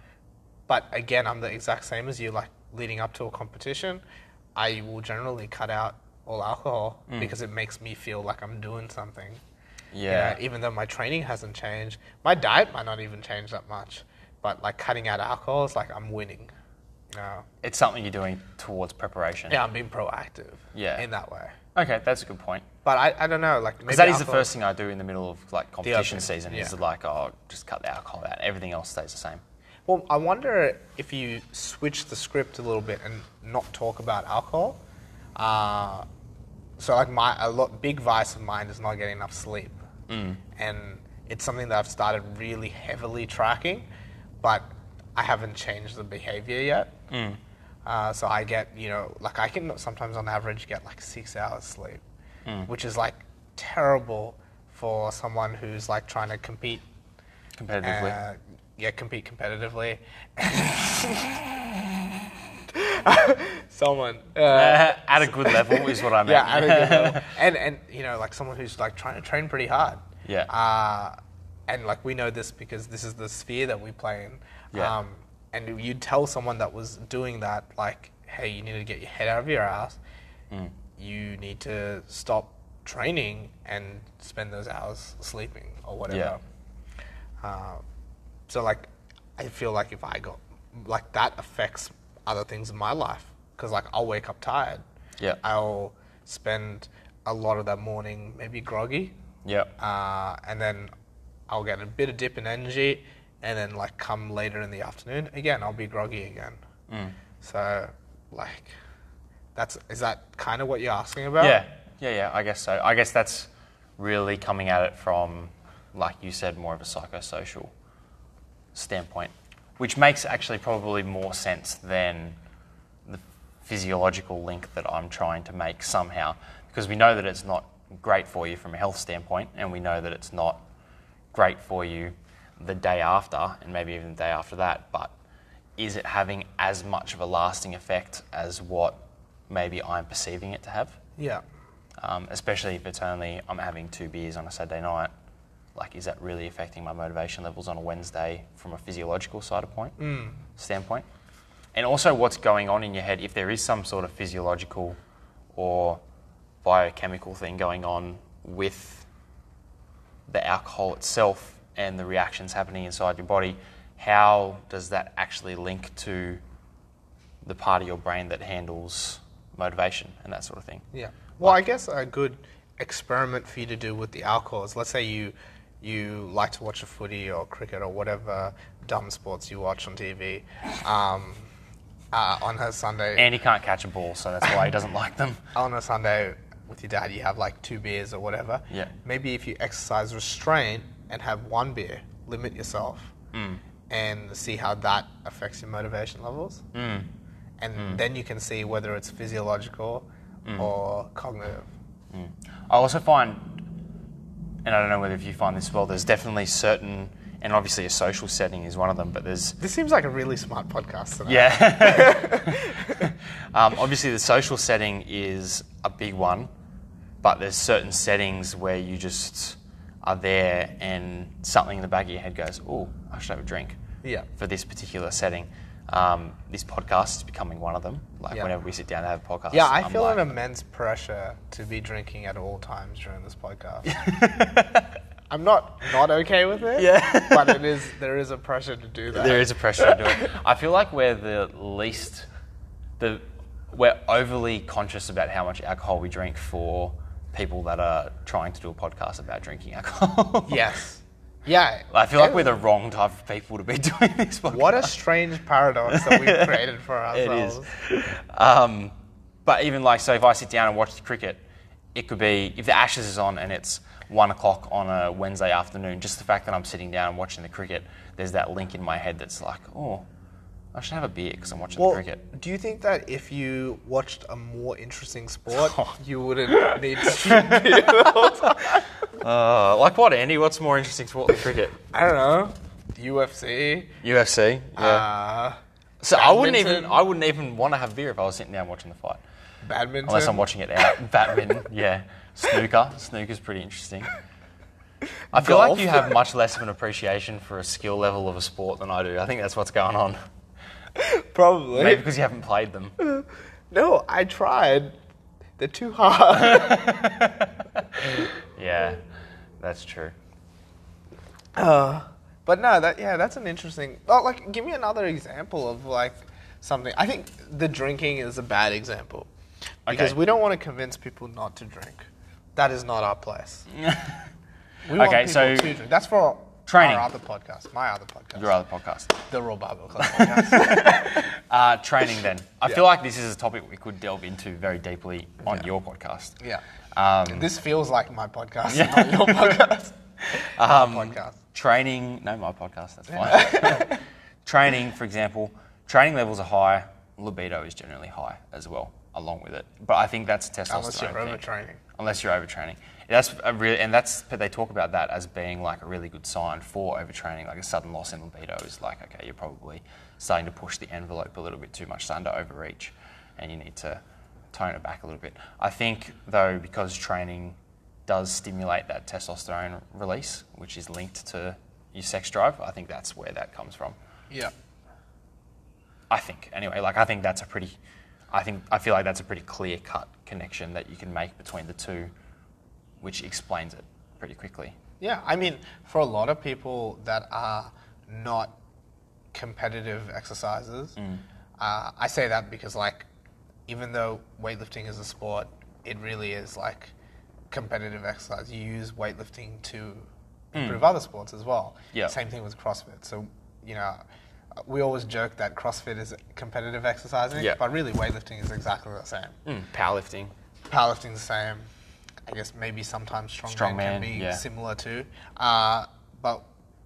[SPEAKER 1] but again, I'm the exact same as you. Like leading up to a competition, I will generally cut out all alcohol
[SPEAKER 2] Mm.
[SPEAKER 1] because it makes me feel like I'm doing something. You know,
[SPEAKER 2] Yeah.
[SPEAKER 1] even though my training hasn't changed, my diet might not even change that much. But like cutting out alcohol is like I'm winning. You know?
[SPEAKER 2] It's something you're doing towards preparation.
[SPEAKER 1] Yeah, I'm being proactive.
[SPEAKER 2] Yeah.
[SPEAKER 1] In that way.
[SPEAKER 2] Okay, that's a good point.
[SPEAKER 1] But I, I don't know. Like maybe
[SPEAKER 2] Because that is the
[SPEAKER 1] alcohol-
[SPEAKER 2] first thing I do in the middle of like competition
[SPEAKER 1] open,
[SPEAKER 2] season is
[SPEAKER 1] yeah.
[SPEAKER 2] like, oh, just cut the alcohol out. Everything else stays the same.
[SPEAKER 1] Well, I wonder if you switch the script a little bit and not talk about alcohol. Uh, so, like my a lot big vice of mine is not getting enough sleep, and it's something that I've started really heavily tracking, but I haven't changed the behavior yet. Uh, so I get you know like I can sometimes on average get like six hours sleep, which is like terrible for someone who's like trying to compete
[SPEAKER 2] Competitively.
[SPEAKER 1] uh, yeah, compete competitively. someone, uh,
[SPEAKER 2] Uh, at a good level is what I meant.
[SPEAKER 1] yeah, at a good level. and and you know, like someone who's like trying to train pretty hard.
[SPEAKER 2] Yeah.
[SPEAKER 1] Uh, and like we know this because this is the sphere that we play in.
[SPEAKER 2] Yeah.
[SPEAKER 1] Um, and you tell someone that was doing that, like, hey, you need to get your head out of your ass.
[SPEAKER 2] Mm.
[SPEAKER 1] You need to stop training and spend those hours sleeping or whatever. Uh, so like, I feel like if I go, like that affects other things in my life because like I'll wake up tired.
[SPEAKER 2] Yeah.
[SPEAKER 1] I'll spend a lot of that morning maybe groggy,
[SPEAKER 2] yeah.
[SPEAKER 1] uh, and then I'll get a bit of dip in energy, and then like come later in the afternoon again I'll be groggy again.
[SPEAKER 2] Mm.
[SPEAKER 1] So like, that's is that kind of what you're asking about?
[SPEAKER 2] Yeah, yeah, yeah. I guess so. I guess that's really coming at it from, like you said, more of a psychosocial standpoint, which makes actually probably more sense than the physiological link that I'm trying to make somehow, because we know that it's not great for you from a health standpoint, and we know that it's not great for you the day after, and maybe even the day after that, but is it having as much of a lasting effect as what maybe I'm perceiving it to have?
[SPEAKER 1] Yeah.
[SPEAKER 2] um, especially if it's only I'm having two beers on a Saturday night. Like, is that really affecting my motivation levels on a Wednesday from a physiological side of point
[SPEAKER 1] Mm.
[SPEAKER 2] standpoint? And also, what's going on in your head if there is some sort of physiological or biochemical thing going on with the alcohol itself and the reactions happening inside your body? How does that actually link to the part of your brain that handles motivation and that sort of thing?
[SPEAKER 1] Yeah. Well, I guess a good experiment for you to do with the alcohol is let's say you you like to watch a footy or cricket or whatever dumb sports you watch on TV um, uh, on a Sunday.
[SPEAKER 2] And he can't catch a ball, so that's why he doesn't like them.
[SPEAKER 1] on a Sunday with your dad, you have like two beers or whatever.
[SPEAKER 2] Yeah.
[SPEAKER 1] Maybe if you exercise restraint and have one beer, limit yourself, and see how that affects your motivation levels, mm. and then you can see whether it's physiological or cognitive.
[SPEAKER 2] I also find, and I don't know whether if you find this as well, there's definitely certain, and obviously a social setting is one of them, but there's
[SPEAKER 1] This seems like a really smart podcast. Tonight.
[SPEAKER 2] Yeah. um, obviously, the social setting is a big one, but there's certain settings where you just are there and something in the back of your head goes, oh, I should have a drink.
[SPEAKER 1] Yeah.
[SPEAKER 2] For this particular setting. Um, this podcast is becoming one of them. Like,
[SPEAKER 1] Yeah.
[SPEAKER 2] whenever we sit down to have a podcast.
[SPEAKER 1] Yeah, I
[SPEAKER 2] I'm
[SPEAKER 1] feel
[SPEAKER 2] like,
[SPEAKER 1] an immense pressure to be drinking at all times during this podcast. I'm not not okay with it.
[SPEAKER 2] Yeah.
[SPEAKER 1] but it is there is a pressure to do that.
[SPEAKER 2] There is a pressure to do it. I feel like we're the least, the we're overly conscious about how much alcohol we drink for people that are trying to do a podcast about drinking alcohol.
[SPEAKER 1] Yes. Yeah.
[SPEAKER 2] I feel like
[SPEAKER 1] It-
[SPEAKER 2] we're the wrong type of people to be doing this podcast.
[SPEAKER 1] What a strange paradox that we've created for
[SPEAKER 2] it
[SPEAKER 1] ourselves.
[SPEAKER 2] is. Um, but even like, so if I sit down and watch the cricket, it could be if the Ashes is on and it's one o'clock on a Wednesday afternoon. Just the fact that I'm sitting down and watching the cricket, there's that link in my head that's like, oh, I should have a beer because I'm watching
[SPEAKER 1] Well,
[SPEAKER 2] the cricket.
[SPEAKER 1] do you think that if you watched a more interesting sport,
[SPEAKER 2] Oh.
[SPEAKER 1] you wouldn't need to drink beer the whole time?
[SPEAKER 2] Uh, like what, Andy? What's more interesting sport than cricket?
[SPEAKER 1] I don't know. UFC.
[SPEAKER 2] UFC. Yeah.
[SPEAKER 1] Uh,
[SPEAKER 2] so I wouldn't even
[SPEAKER 1] badminton.
[SPEAKER 2] I wouldn't even want to have beer if I was sitting down watching the fight,
[SPEAKER 1] badminton.
[SPEAKER 2] unless I'm watching it out. Badminton. Yeah. Snooker. Snooker's pretty interesting. I feel
[SPEAKER 1] Golf.
[SPEAKER 2] like you have much less of an appreciation for a skill level of a sport than I do. I think that's what's going on.
[SPEAKER 1] Probably.
[SPEAKER 2] Maybe because you haven't played them.
[SPEAKER 1] No, I tried. They're too hard.
[SPEAKER 2] Yeah, that's true.
[SPEAKER 1] Uh, but no, that yeah, that's an interesting. Oh, like, give me another example of like something. I think the drinking is a bad example because
[SPEAKER 2] Okay.
[SPEAKER 1] we don't want to convince people not to drink. That is not our place. We want
[SPEAKER 2] Okay,
[SPEAKER 1] people
[SPEAKER 2] so-
[SPEAKER 1] to drink. That's for
[SPEAKER 2] Training.
[SPEAKER 1] Our other podcast, my other podcast,
[SPEAKER 2] Your other podcast.
[SPEAKER 1] the Raw Bible Club podcast.
[SPEAKER 2] Uh, training then. I
[SPEAKER 1] Yeah.
[SPEAKER 2] feel like this is a topic we could delve into very deeply on your podcast.
[SPEAKER 1] yeah,
[SPEAKER 2] Um,
[SPEAKER 1] this feels like my podcast,
[SPEAKER 2] Yeah.
[SPEAKER 1] not your podcast.
[SPEAKER 2] Um,
[SPEAKER 1] podcast.
[SPEAKER 2] Training, no, my podcast, that's fine. training, for example, training levels are high, libido is generally high as well, along with it. But I think that's a testosterone.
[SPEAKER 1] Unless you're
[SPEAKER 2] thing.
[SPEAKER 1] overtraining.
[SPEAKER 2] Unless you're overtraining. That's a really, and that's, but they talk about that as being like a really good sign for overtraining, like a sudden loss in libido is like, okay, you're probably starting to push the envelope a little bit too much, starting to overreach, and you need to tone it back a little bit. I think, though, because training does stimulate that testosterone release, which is linked to your sex drive, I think that's where that comes from.
[SPEAKER 1] Yeah.
[SPEAKER 2] I think anyway. Like I think that's a pretty, I think I feel like that's a pretty clear cut connection that you can make between the two, which explains it pretty quickly.
[SPEAKER 1] Yeah, I mean, for a lot of people that are not competitive exercises,
[SPEAKER 2] Mm.
[SPEAKER 1] uh, I say that because, like, even though weightlifting is a sport, it really is like competitive exercise. You use weightlifting to improve other sports as well.
[SPEAKER 2] Mm. Yeah.
[SPEAKER 1] Same thing with CrossFit. So, you know, we always joke that CrossFit is competitive exercising,
[SPEAKER 2] Yeah.
[SPEAKER 1] but really weightlifting is exactly the same.
[SPEAKER 2] Powerlifting.
[SPEAKER 1] Powerlifting's the same. I guess maybe sometimes strongman,
[SPEAKER 2] Strongman,
[SPEAKER 1] can be
[SPEAKER 2] yeah.
[SPEAKER 1] similar too. Uh, but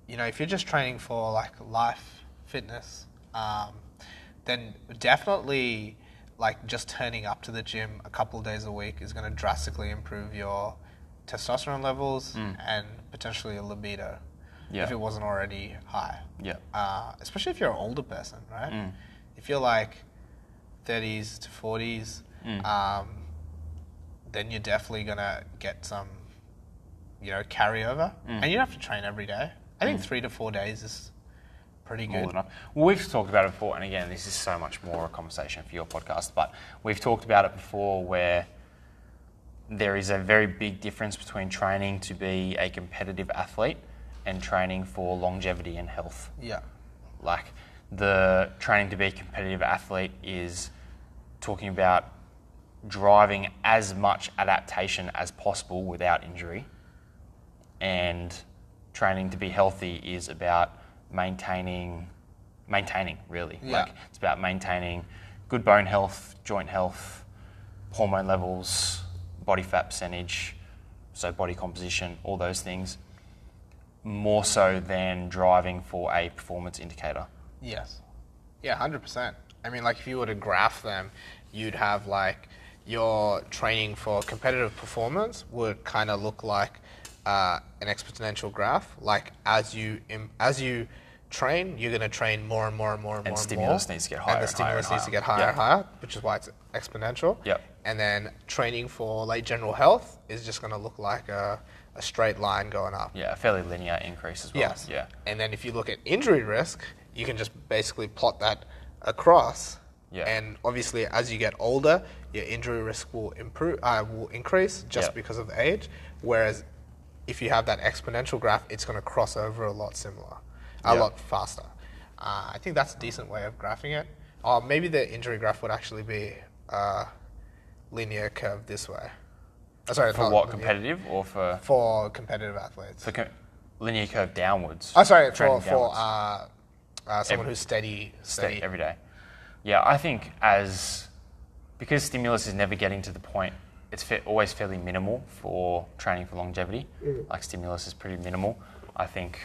[SPEAKER 1] you know, if you're just training for like life fitness, um, then definitely like just turning up to the gym a couple of days a week is going to drastically improve your testosterone levels and potentially a libido
[SPEAKER 2] Mm. Yeah.
[SPEAKER 1] if it wasn't already high.
[SPEAKER 2] Yeah.
[SPEAKER 1] Uh, especially if you're an older person, right?
[SPEAKER 2] Mm.
[SPEAKER 1] If you're like 30s to 40s,
[SPEAKER 2] Mm.
[SPEAKER 1] um, then you're definitely gonna get some, you know, carryover,
[SPEAKER 2] Mm.
[SPEAKER 1] and you don't have to train every day. I think three to four days is pretty
[SPEAKER 2] more
[SPEAKER 1] good.
[SPEAKER 2] than enough. Well, we've talked about it before, and again, this is so much more a conversation for your podcast, but we've talked about it before where there is a very big difference between training to be a competitive athlete and training for longevity and health.
[SPEAKER 1] Yeah,
[SPEAKER 2] Like, the training to be a competitive athlete is talking about driving as much adaptation as possible without injury and training to be healthy is about maintaining maintaining really
[SPEAKER 1] Yeah.
[SPEAKER 2] like it's about maintaining good bone health joint health hormone levels body fat percentage so body composition all those things more so than driving for a performance indicator
[SPEAKER 1] yes, yeah, hundred percent. I mean, like if you were to graph them, you'd have like your training for competitive performance would kind of look like uh, an exponential graph. Like as you im- as you train, you're gonna train more and more and more and, more
[SPEAKER 2] stimulus
[SPEAKER 1] and more.
[SPEAKER 2] needs to get higher
[SPEAKER 1] And the
[SPEAKER 2] and higher and
[SPEAKER 1] stimulus needs to
[SPEAKER 2] higher.
[SPEAKER 1] get higher
[SPEAKER 2] Yeah.
[SPEAKER 1] and higher, which is why it's exponential.
[SPEAKER 2] Yep.
[SPEAKER 1] And then training for like general health is just going to look like a, a straight line going up.
[SPEAKER 2] yeah a fairly linear increase as well
[SPEAKER 1] Yes.
[SPEAKER 2] yeah
[SPEAKER 1] And then if you look at injury risk, you can just basically plot that across.
[SPEAKER 2] Yeah.
[SPEAKER 1] And obviously, as you get older, your injury risk will improve, uh, will increase just
[SPEAKER 2] Yeah.
[SPEAKER 1] because of age. Whereas, if you have that exponential graph, it's going to cross over a lot similar, a
[SPEAKER 2] Yeah.
[SPEAKER 1] lot faster. Uh, I think that's a decent way of graphing it. Or maybe the injury graph would actually be a linear curve this way. Uh, sorry,
[SPEAKER 2] for
[SPEAKER 1] not
[SPEAKER 2] what
[SPEAKER 1] linear.
[SPEAKER 2] competitive or for
[SPEAKER 1] For competitive athletes.
[SPEAKER 2] for co- linear curve downwards
[SPEAKER 1] Oh, sorry, for,
[SPEAKER 2] trending
[SPEAKER 1] for
[SPEAKER 2] downwards.
[SPEAKER 1] uh, uh, someone who's steady, steady.
[SPEAKER 2] steady every day. Yeah, I think as because stimulus is never getting to the point, it's fa- always fairly minimal for training for longevity.
[SPEAKER 1] Mm.
[SPEAKER 2] Like stimulus is pretty minimal. I think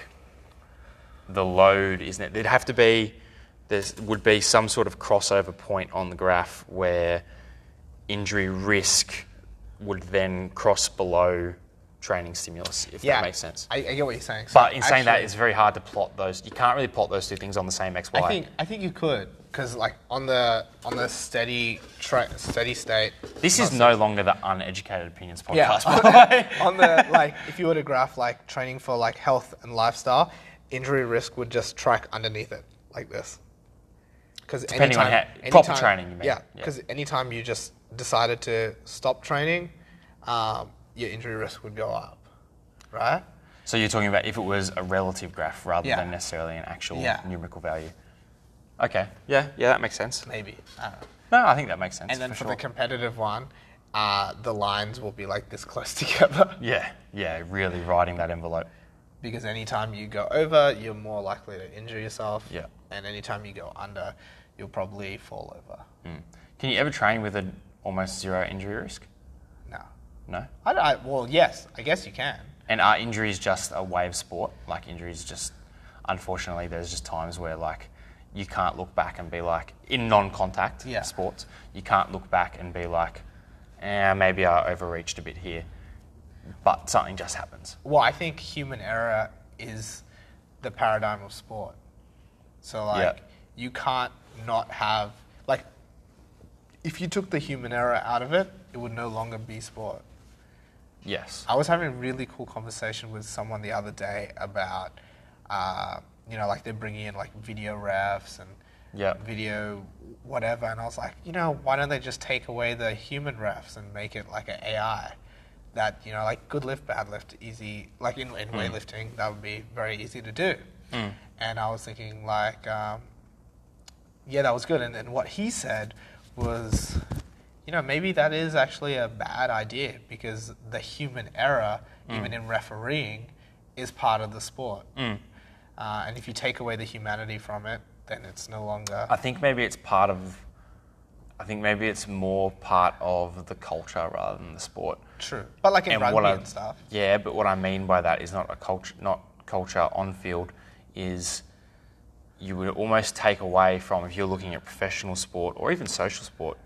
[SPEAKER 2] the load isn't it? There'd have to be there would be some sort of crossover point on the graph where injury risk would then cross below training stimulus, if
[SPEAKER 1] yeah,
[SPEAKER 2] that makes sense.
[SPEAKER 1] I, I get what you're saying. So
[SPEAKER 2] But in saying that,
[SPEAKER 1] actually,
[SPEAKER 2] it's very hard to plot those. You can't really plot those two things on the same XY.
[SPEAKER 1] I think I think you could because like on the on the steady tra- steady state.
[SPEAKER 2] This is no longer the uneducated opinions
[SPEAKER 1] Yeah.
[SPEAKER 2] podcast. by the way.
[SPEAKER 1] on the like, if you were to graph like training for like health and lifestyle, injury risk would just track underneath it like this. Because
[SPEAKER 2] Depending on how- proper training, you mean.
[SPEAKER 1] Yeah,
[SPEAKER 2] Yeah.
[SPEAKER 1] because anytime you just decided to stop training, um, your injury risk would go up, right?
[SPEAKER 2] so you're talking about if it was a relative graph rather
[SPEAKER 1] Yeah.
[SPEAKER 2] than necessarily an actual
[SPEAKER 1] Yeah.
[SPEAKER 2] numerical value. Okay. Yeah. Yeah, that makes sense.
[SPEAKER 1] Maybe I don't know.
[SPEAKER 2] No, I think that makes sense.
[SPEAKER 1] And then for,
[SPEAKER 2] for
[SPEAKER 1] the
[SPEAKER 2] sure.
[SPEAKER 1] competitive one, uh, the lines will be like this close together
[SPEAKER 2] yeah. Yeah. Really riding that envelope.
[SPEAKER 1] because anytime you go over, you're more likely to injure yourself.
[SPEAKER 2] Yeah.
[SPEAKER 1] And anytime you go under, you'll probably fall over.
[SPEAKER 2] Mm. Can you ever train with an almost zero injury risk?
[SPEAKER 1] No.
[SPEAKER 2] No.
[SPEAKER 1] I, don't- I- well, yes, I guess you can.
[SPEAKER 2] And are injuries just a way of sport? Like injuries just unfortunately there's just times where like you can't look back and be like in non-contact
[SPEAKER 1] Yeah.
[SPEAKER 2] sports, you can't look back and be like, eh, maybe I overreached a bit here. But something just happens.
[SPEAKER 1] Well, I think human error is the paradigm of sport. So like
[SPEAKER 2] Yeah.
[SPEAKER 1] you can't not have like if you took the human error out of it, it would no longer be sport.
[SPEAKER 2] Yes.
[SPEAKER 1] I was having a really cool conversation with someone the other day about, uh, you know, like they're bringing in like video refs and
[SPEAKER 2] Yeah.
[SPEAKER 1] video whatever, and I was like, you know, why don't they just take away the human refs and make it like an AI? That you know, like good lift, bad lift, easy. Like in,
[SPEAKER 2] Hmm.
[SPEAKER 1] in weightlifting, that would be very easy to do. And I was thinking like, um, yeah, that was good. And, and what he said was, you know, maybe that is actually a bad idea because the human error,
[SPEAKER 2] Mm.
[SPEAKER 1] even in refereeing, is part of the sport.
[SPEAKER 2] Mm.
[SPEAKER 1] Uh, and if you take away the humanity from it, then it's no longer.
[SPEAKER 2] I think maybe it's part of I think maybe it's more part of the culture rather than the sport.
[SPEAKER 1] True. But like in rugby
[SPEAKER 2] what I-
[SPEAKER 1] and stuff.
[SPEAKER 2] Yeah, but what I mean by that is not a culture, not culture on field, is you would almost take away from if you're looking at professional sport or even social sport,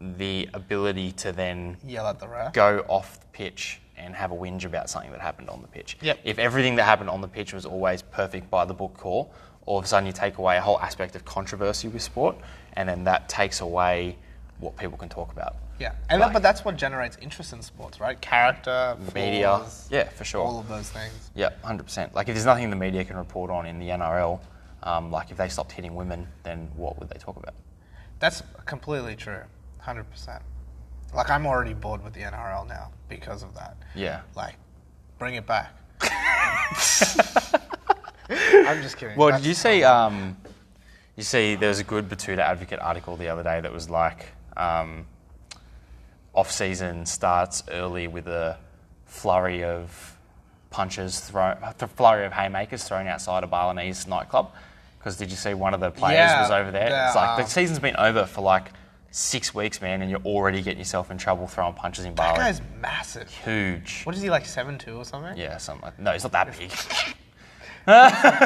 [SPEAKER 2] the ability to then
[SPEAKER 1] Yell at the ref.
[SPEAKER 2] go off the pitch and have a whinge about something that happened on the pitch.
[SPEAKER 1] Yep.
[SPEAKER 2] If everything that happened on the pitch was always perfect by the book call, all of a sudden you take away a whole aspect of controversy with sport, and then that takes away what people can talk about.
[SPEAKER 1] Yeah, and that, but that's what generates interest in sports, right? Character,
[SPEAKER 2] Media.
[SPEAKER 1] flaws,
[SPEAKER 2] Yeah, for sure.
[SPEAKER 1] all of those things.
[SPEAKER 2] Yeah, hundred percent. Like if there's nothing the media can report on in the NRL, um, like if they stopped hitting women, then what would they talk about?
[SPEAKER 1] That's completely true, hundred percent. Like I'm already bored with the NRL now because of that.
[SPEAKER 2] Yeah.
[SPEAKER 1] Like, bring it back. I'm just kidding.
[SPEAKER 2] Well,
[SPEAKER 1] That's-
[SPEAKER 2] did you see? Um, you see, there was a good Batuta Advocate article the other day that was like, um, off-season starts early with a flurry of punches thrown, a flurry of haymakers thrown outside a Balinese nightclub. Because did you see one of the players
[SPEAKER 1] Yeah,
[SPEAKER 2] was over there?
[SPEAKER 1] yeah,
[SPEAKER 2] it's like
[SPEAKER 1] um,
[SPEAKER 2] the season's been over for like six weeks, man, and you're already getting yourself in trouble throwing punches in
[SPEAKER 1] That
[SPEAKER 2] Bali.
[SPEAKER 1] guy's massive.
[SPEAKER 2] huge.
[SPEAKER 1] What is he like, seven two or something?
[SPEAKER 2] Yeah, something like No, he's not that big.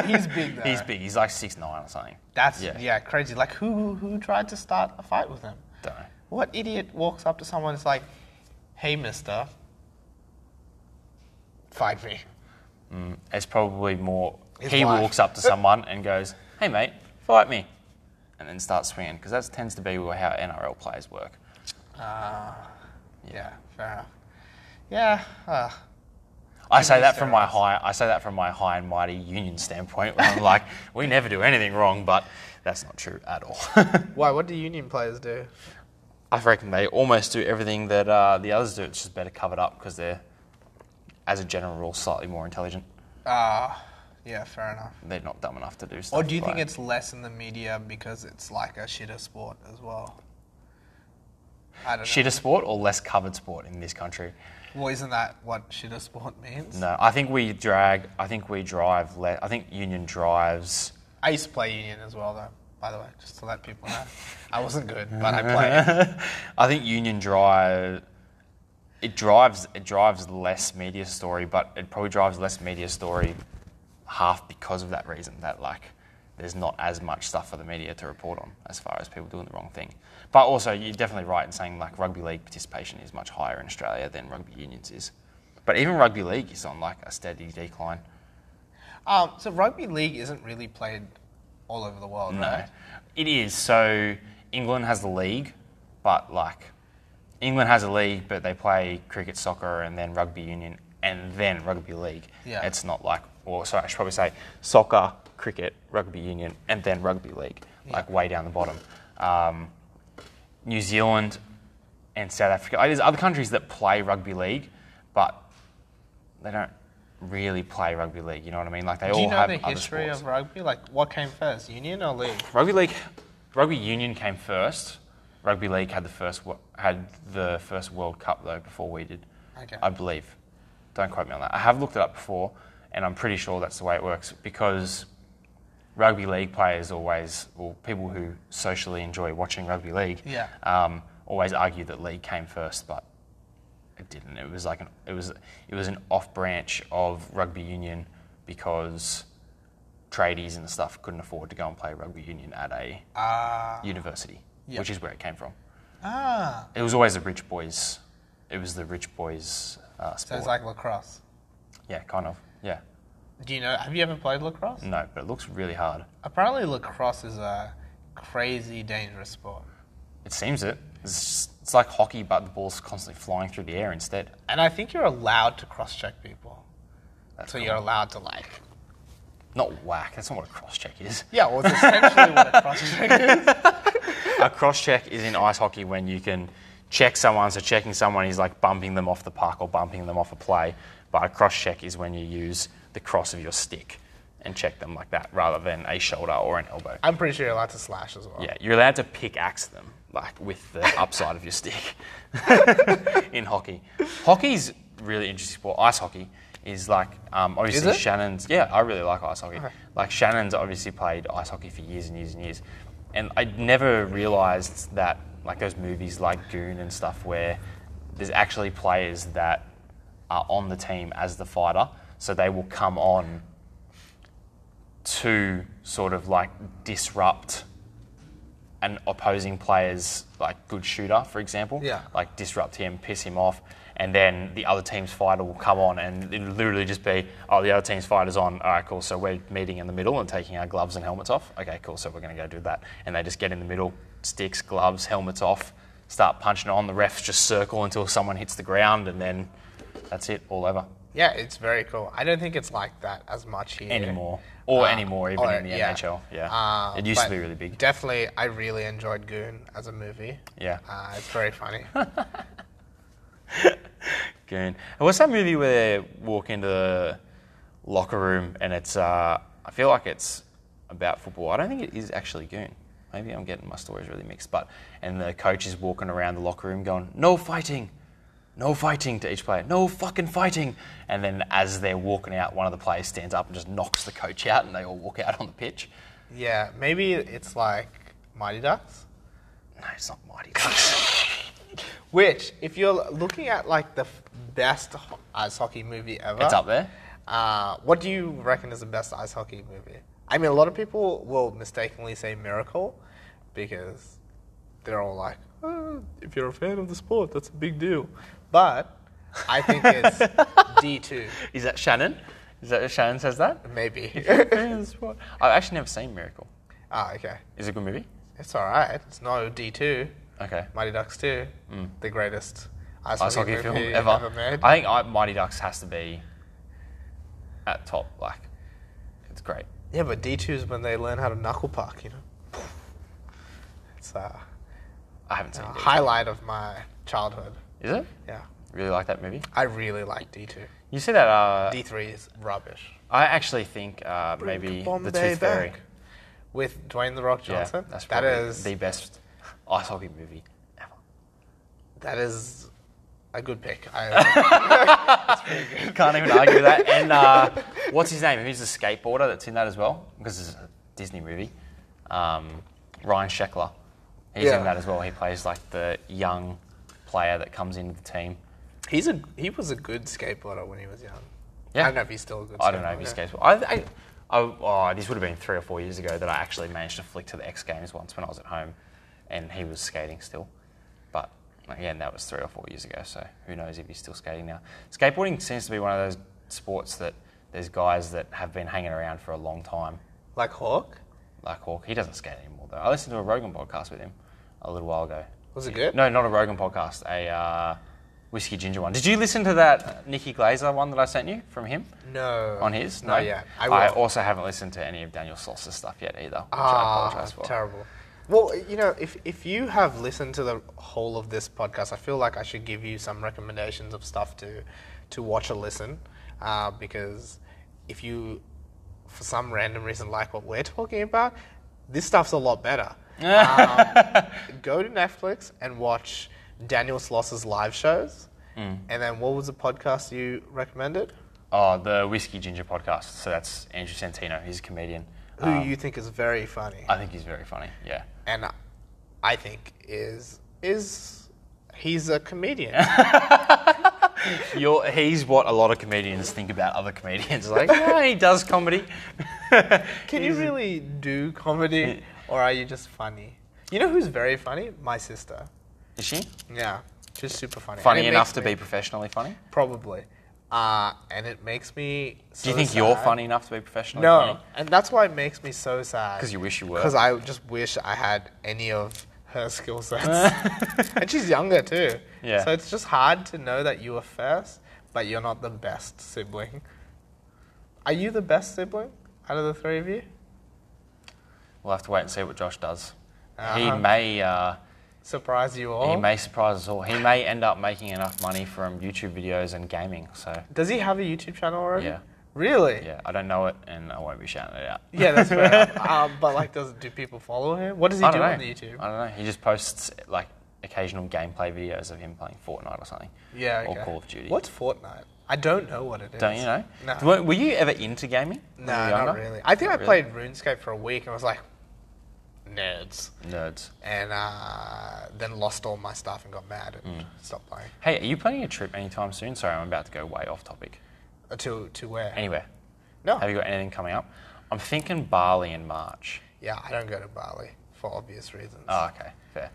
[SPEAKER 1] He's big though.
[SPEAKER 2] he's big. He's like six nine or something.
[SPEAKER 1] That's
[SPEAKER 2] Yeah.
[SPEAKER 1] yeah. crazy. Like who who tried to start a fight with him?
[SPEAKER 2] Don't know.
[SPEAKER 1] What idiot walks up to someone and is like, "Hey, Mister, fight me."
[SPEAKER 2] It's probably more
[SPEAKER 1] His
[SPEAKER 2] he
[SPEAKER 1] wife.
[SPEAKER 2] walks up to someone and goes, "Hey mate, fight me," and then starts swinging because that tends to be where- how NRL players work. Uh,
[SPEAKER 1] Yeah, fair enough. Yeah, uh,
[SPEAKER 2] I say
[SPEAKER 1] me
[SPEAKER 2] that from my
[SPEAKER 1] steroids.
[SPEAKER 2] high. I say that from my high and mighty union standpoint. Where I'm like, we never do anything wrong, but that's not true at all.
[SPEAKER 1] why? What do union players do?
[SPEAKER 2] I reckon they almost do everything that uh, the others do. It's just better covered up because they're, as a general rule, slightly more intelligent.
[SPEAKER 1] Uh, yeah, fair enough.
[SPEAKER 2] They're not dumb enough to do stuff.
[SPEAKER 1] Or do you think
[SPEAKER 2] like-
[SPEAKER 1] it's less in the media because it's like a shitter sport as well? I don't
[SPEAKER 2] shitter sport or less covered sport in this country?
[SPEAKER 1] know. Well, isn't that what shitter sport means?
[SPEAKER 2] No, I think we drag. I think we drive. Le- I think Union drives.
[SPEAKER 1] I used to play union as well, though. By the way, just to let people know, I wasn't good, but I played.
[SPEAKER 2] I think Union drive. It drives. It drives less media story, but it probably drives less media story, half because of that reason that like there's not as much stuff for the media to report on as far as people doing the wrong thing. But also, you're definitely right in saying like rugby league participation is much higher in Australia than rugby unions is. But even rugby league is on like a steady decline.
[SPEAKER 1] Um, so rugby league isn't really played all over the world,
[SPEAKER 2] No,
[SPEAKER 1] right?
[SPEAKER 2] it is. So England has the league, but like England has a league, but they play cricket, soccer, and then rugby union, and then rugby league.
[SPEAKER 1] Yeah.
[SPEAKER 2] it's not like. Or sorry, I should probably say soccer, cricket, rugby union, and then rugby league. Like way down the bottom. Um, New Zealand and South Africa. There's other countries that play rugby league, but they don't really play rugby league. You know what I mean? Like they
[SPEAKER 1] Do
[SPEAKER 2] all
[SPEAKER 1] you know
[SPEAKER 2] have
[SPEAKER 1] the
[SPEAKER 2] other
[SPEAKER 1] history
[SPEAKER 2] sports.
[SPEAKER 1] of rugby? Like, what came first, union or league?
[SPEAKER 2] Rugby league, rugby union came first. Rugby league had the first wo- had the first World Cup though before we did.
[SPEAKER 1] Okay.
[SPEAKER 2] I believe. Don't quote me on that. I have looked it up before, and I'm pretty sure that's the way it works because rugby league players always, or people who socially enjoy watching rugby league,
[SPEAKER 1] Yeah.
[SPEAKER 2] um, always argue that league came first, but it didn't. It was like an it was it was an off branch of rugby union because tradies and stuff couldn't afford to go and play rugby union at a
[SPEAKER 1] Ah,
[SPEAKER 2] university,
[SPEAKER 1] Yeah.
[SPEAKER 2] which is where it came from.
[SPEAKER 1] ah.
[SPEAKER 2] It was always the rich boys. It was the rich boys uh,
[SPEAKER 1] So
[SPEAKER 2] sport.
[SPEAKER 1] it's like lacrosse.
[SPEAKER 2] yeah, kind of. Yeah.
[SPEAKER 1] Do you know? Have you ever played lacrosse?
[SPEAKER 2] No, but it looks really hard.
[SPEAKER 1] Apparently, lacrosse is a crazy dangerous sport,
[SPEAKER 2] It seems it. It's, it's like hockey, but the ball's constantly flying through the air instead.
[SPEAKER 1] and I think you're allowed to cross-check people.
[SPEAKER 2] That's
[SPEAKER 1] so you're allowed to like.
[SPEAKER 2] Not whack. That's not what a cross check is.
[SPEAKER 1] Yeah, well, it's essentially what a cross-check is.
[SPEAKER 2] a cross check is in ice hockey when you can check someone. So checking someone is like bumping them off the puck or bumping them off a play. But a cross check is when you use the cross of your stick and check them like that rather than a shoulder or an elbow.
[SPEAKER 1] I'm pretty sure you're allowed to slash as well.
[SPEAKER 2] Yeah, you're allowed to pickaxe them like with the upside of your stick in hockey. Hockey's really interesting sport. Ice hockey is like um, obviously
[SPEAKER 1] it?
[SPEAKER 2] Shannon's. Yeah, I really like ice hockey. Like Shannon's obviously played ice hockey for years and years and years, and I never realised that like those movies like Goon and stuff where there's actually players that are on the team as the fighter, so they will come on to sort of like disrupt an opposing player's like good shooter, for example.
[SPEAKER 1] Yeah.
[SPEAKER 2] Like disrupt him, piss him off, and then the other team's fighter will come on, and it'll literally just be, oh, the other team's fighter's on. All right, cool. So we're meeting in the middle and taking our gloves and helmets off. Okay, cool. So we're going to go do that, and they just get in the middle, sticks, gloves, helmets off, start punching on. The refs just circle until someone hits the ground, and then that's it, all over
[SPEAKER 1] Yeah, it's very cool. I don't think it's like that as much here
[SPEAKER 2] anymore, or
[SPEAKER 1] Uh,
[SPEAKER 2] anymore even
[SPEAKER 1] or-
[SPEAKER 2] in the
[SPEAKER 1] yeah.
[SPEAKER 2] NHL. Yeah,
[SPEAKER 1] Uh,
[SPEAKER 2] it used to
[SPEAKER 1] but
[SPEAKER 2] be really big.
[SPEAKER 1] Definitely, I really enjoyed Goon as a movie.
[SPEAKER 2] Yeah.
[SPEAKER 1] Uh, it's very funny.
[SPEAKER 2] Goon. And what's that movie where they walk into the locker room and it's? Uh, I feel like it's about football. I don't think it is actually Goon. Maybe I'm getting my stories really mixed. But and the coach is walking around the locker room going, "No fighting." No fighting to each player. No fucking fighting. And then, as they're walking out, one of the players stands up and just knocks the coach out, and they all walk out on the pitch.
[SPEAKER 1] yeah, maybe it's like Mighty Ducks,
[SPEAKER 2] No, it's not Mighty Ducks.
[SPEAKER 1] which, if you're looking at like the f- best ho- ice hockey movie ever,
[SPEAKER 2] it's up there.
[SPEAKER 1] Uh, what do you reckon is the best ice hockey movie? I mean, a lot of people will mistakenly say Miracle because they're all like, "Oh, if you're a fan of the sport, that's a big deal. But I think it's D2,
[SPEAKER 2] Is that Shannon? Is that Shannon says that?
[SPEAKER 1] maybe.
[SPEAKER 2] I've actually never seen Miracle.
[SPEAKER 1] ah, okay.
[SPEAKER 2] Is it a good movie?
[SPEAKER 1] It's all right. It's no D2.
[SPEAKER 2] Okay.
[SPEAKER 1] Mighty Ducks 2, the greatest ice,
[SPEAKER 2] Mm. Ice
[SPEAKER 1] hockey,
[SPEAKER 2] hockey film
[SPEAKER 1] movie
[SPEAKER 2] ever.
[SPEAKER 1] made.
[SPEAKER 2] I think I, Mighty Ducks has to be at top. Like, it's great.
[SPEAKER 1] yeah, but D2 is when they learn how to knuckle puck, you know? It's uh,
[SPEAKER 2] I haven't seen
[SPEAKER 1] a
[SPEAKER 2] it.
[SPEAKER 1] Uh, highlight of my childhood.
[SPEAKER 2] Is it?
[SPEAKER 1] Yeah.
[SPEAKER 2] Really like that movie.
[SPEAKER 1] I really like D2.
[SPEAKER 2] You see that? Uh,
[SPEAKER 1] D3 is rubbish.
[SPEAKER 2] I actually think uh, maybe the Tooth Fairy.
[SPEAKER 1] With Dwayne The Rock
[SPEAKER 2] Yeah,
[SPEAKER 1] Johnson.
[SPEAKER 2] that's
[SPEAKER 1] that
[SPEAKER 2] probably
[SPEAKER 1] is
[SPEAKER 2] the best ice hockey movie ever.
[SPEAKER 1] that is a good pick. I,
[SPEAKER 2] Can't even argue with that. And uh, what's his name? Who's the skateboarder that's in that as well? Because it's a Disney movie. Um, Ryan Sheckler. He's
[SPEAKER 1] Yeah.
[SPEAKER 2] in that as well. He plays like the young player that comes into the team.
[SPEAKER 1] he's a he was a good skateboarder when he was young.
[SPEAKER 2] Yeah.
[SPEAKER 1] I don't know if he's still a good.
[SPEAKER 2] I don't know if he
[SPEAKER 1] skateboarder.
[SPEAKER 2] skateboards. I, I, I, oh, this would have been three or four years ago that I actually managed to flick to the X Games once when I was at home, and he was skating still. But again, that was three or four years ago, so who knows if he's still skating now. Skateboarding seems to be one of those sports that there's guys that have been hanging around for a long time,
[SPEAKER 1] Like Hawk,
[SPEAKER 2] like Hawk. He doesn't skate anymore though. I listened to a Rogan podcast with him a little while ago.
[SPEAKER 1] was it good?
[SPEAKER 2] No, not a Rogan podcast. A uh, whiskey ginger one. Did you listen to that Nikki Glazer one that I sent you from him?
[SPEAKER 1] no.
[SPEAKER 2] on his?
[SPEAKER 1] No, yeah. I
[SPEAKER 2] I,
[SPEAKER 1] will.
[SPEAKER 2] also haven't listened to any of Daniel Sloss's stuff yet either, which I
[SPEAKER 1] ah,
[SPEAKER 2] apologise for.
[SPEAKER 1] terrible. Well, you know, if if you have listened to the whole of this podcast, I feel like I should give you some recommendations of stuff to to watch or listen, uh, because if you for some random reason like what we're talking about, this stuff's a lot better. um, go to Netflix and watch Daniel Sloss's live shows,
[SPEAKER 2] Hmm.
[SPEAKER 1] and then what was the podcast you recommended?
[SPEAKER 2] oh, the Whiskey Ginger podcast. So that's Andrew Santino. He's a comedian. Um,
[SPEAKER 1] Who you think is very funny?
[SPEAKER 2] I think he's very funny. Yeah.
[SPEAKER 1] and I think is is he's a comedian.
[SPEAKER 2] You're, he's what a lot of comedians think about other comedians. Like, yeah, he does comedy.
[SPEAKER 1] Can you really do comedy, or are you just funny? You know who's very funny? My sister.
[SPEAKER 2] Is she
[SPEAKER 1] Yeah, she's super funny. And
[SPEAKER 2] funny
[SPEAKER 1] it
[SPEAKER 2] enough
[SPEAKER 1] makes
[SPEAKER 2] to
[SPEAKER 1] me-
[SPEAKER 2] be professionally funny?
[SPEAKER 1] probably, uh, and it makes me.
[SPEAKER 2] Do
[SPEAKER 1] so
[SPEAKER 2] you think you're
[SPEAKER 1] sad.
[SPEAKER 2] funny enough to be professionally
[SPEAKER 1] No,
[SPEAKER 2] funny?
[SPEAKER 1] and that's why it makes me so sad.
[SPEAKER 2] 'Cause you wish you were.
[SPEAKER 1] Because I just wish I had any of her skill sets, and she's younger too.
[SPEAKER 2] Yeah.
[SPEAKER 1] So it's just hard to know that you were first, but you're not the best sibling. Are you the best sibling out of the three of you?
[SPEAKER 2] We'll have to wait and see what Josh does. He
[SPEAKER 1] Uh-huh.
[SPEAKER 2] may. Uh,
[SPEAKER 1] Surprise you all.
[SPEAKER 2] He may surprise us all. He may end up making enough money from YouTube videos and gaming. So
[SPEAKER 1] Does he have a YouTube channel already?
[SPEAKER 2] Yeah.
[SPEAKER 1] Really?
[SPEAKER 2] yeah, I don't know it, and I won't be shouting it out.
[SPEAKER 1] Yeah, that's fair. enough. um, but like, does do people follow him? What does he
[SPEAKER 2] I
[SPEAKER 1] do
[SPEAKER 2] don't know.
[SPEAKER 1] on the YouTube?
[SPEAKER 2] I don't know. He just posts like occasional gameplay videos of him playing Fortnite or something.
[SPEAKER 1] Yeah.
[SPEAKER 2] Or
[SPEAKER 1] okay.
[SPEAKER 2] Call of Duty.
[SPEAKER 1] What's Fortnite? I don't know what it is.
[SPEAKER 2] Don't you know?
[SPEAKER 1] No.
[SPEAKER 2] Were, were you ever into gaming? when you
[SPEAKER 1] No,
[SPEAKER 2] were
[SPEAKER 1] not
[SPEAKER 2] younger?
[SPEAKER 1] really. I think
[SPEAKER 2] Not
[SPEAKER 1] I
[SPEAKER 2] really?
[SPEAKER 1] played RuneScape for a week and was like, nerds.
[SPEAKER 2] Nerds.
[SPEAKER 1] And uh, then lost all my stuff and got mad and
[SPEAKER 2] Mm.
[SPEAKER 1] stopped playing.
[SPEAKER 2] Hey, are you planning a trip anytime soon? Sorry, I'm about to go way off topic.
[SPEAKER 1] Uh, to, to where?
[SPEAKER 2] Anywhere?
[SPEAKER 1] no.
[SPEAKER 2] Have you got anything coming up? I'm thinking Bali in March.
[SPEAKER 1] yeah, I don't go to Bali
[SPEAKER 2] Ah.
[SPEAKER 1] for obvious reasons.
[SPEAKER 2] Oh, okay, fair.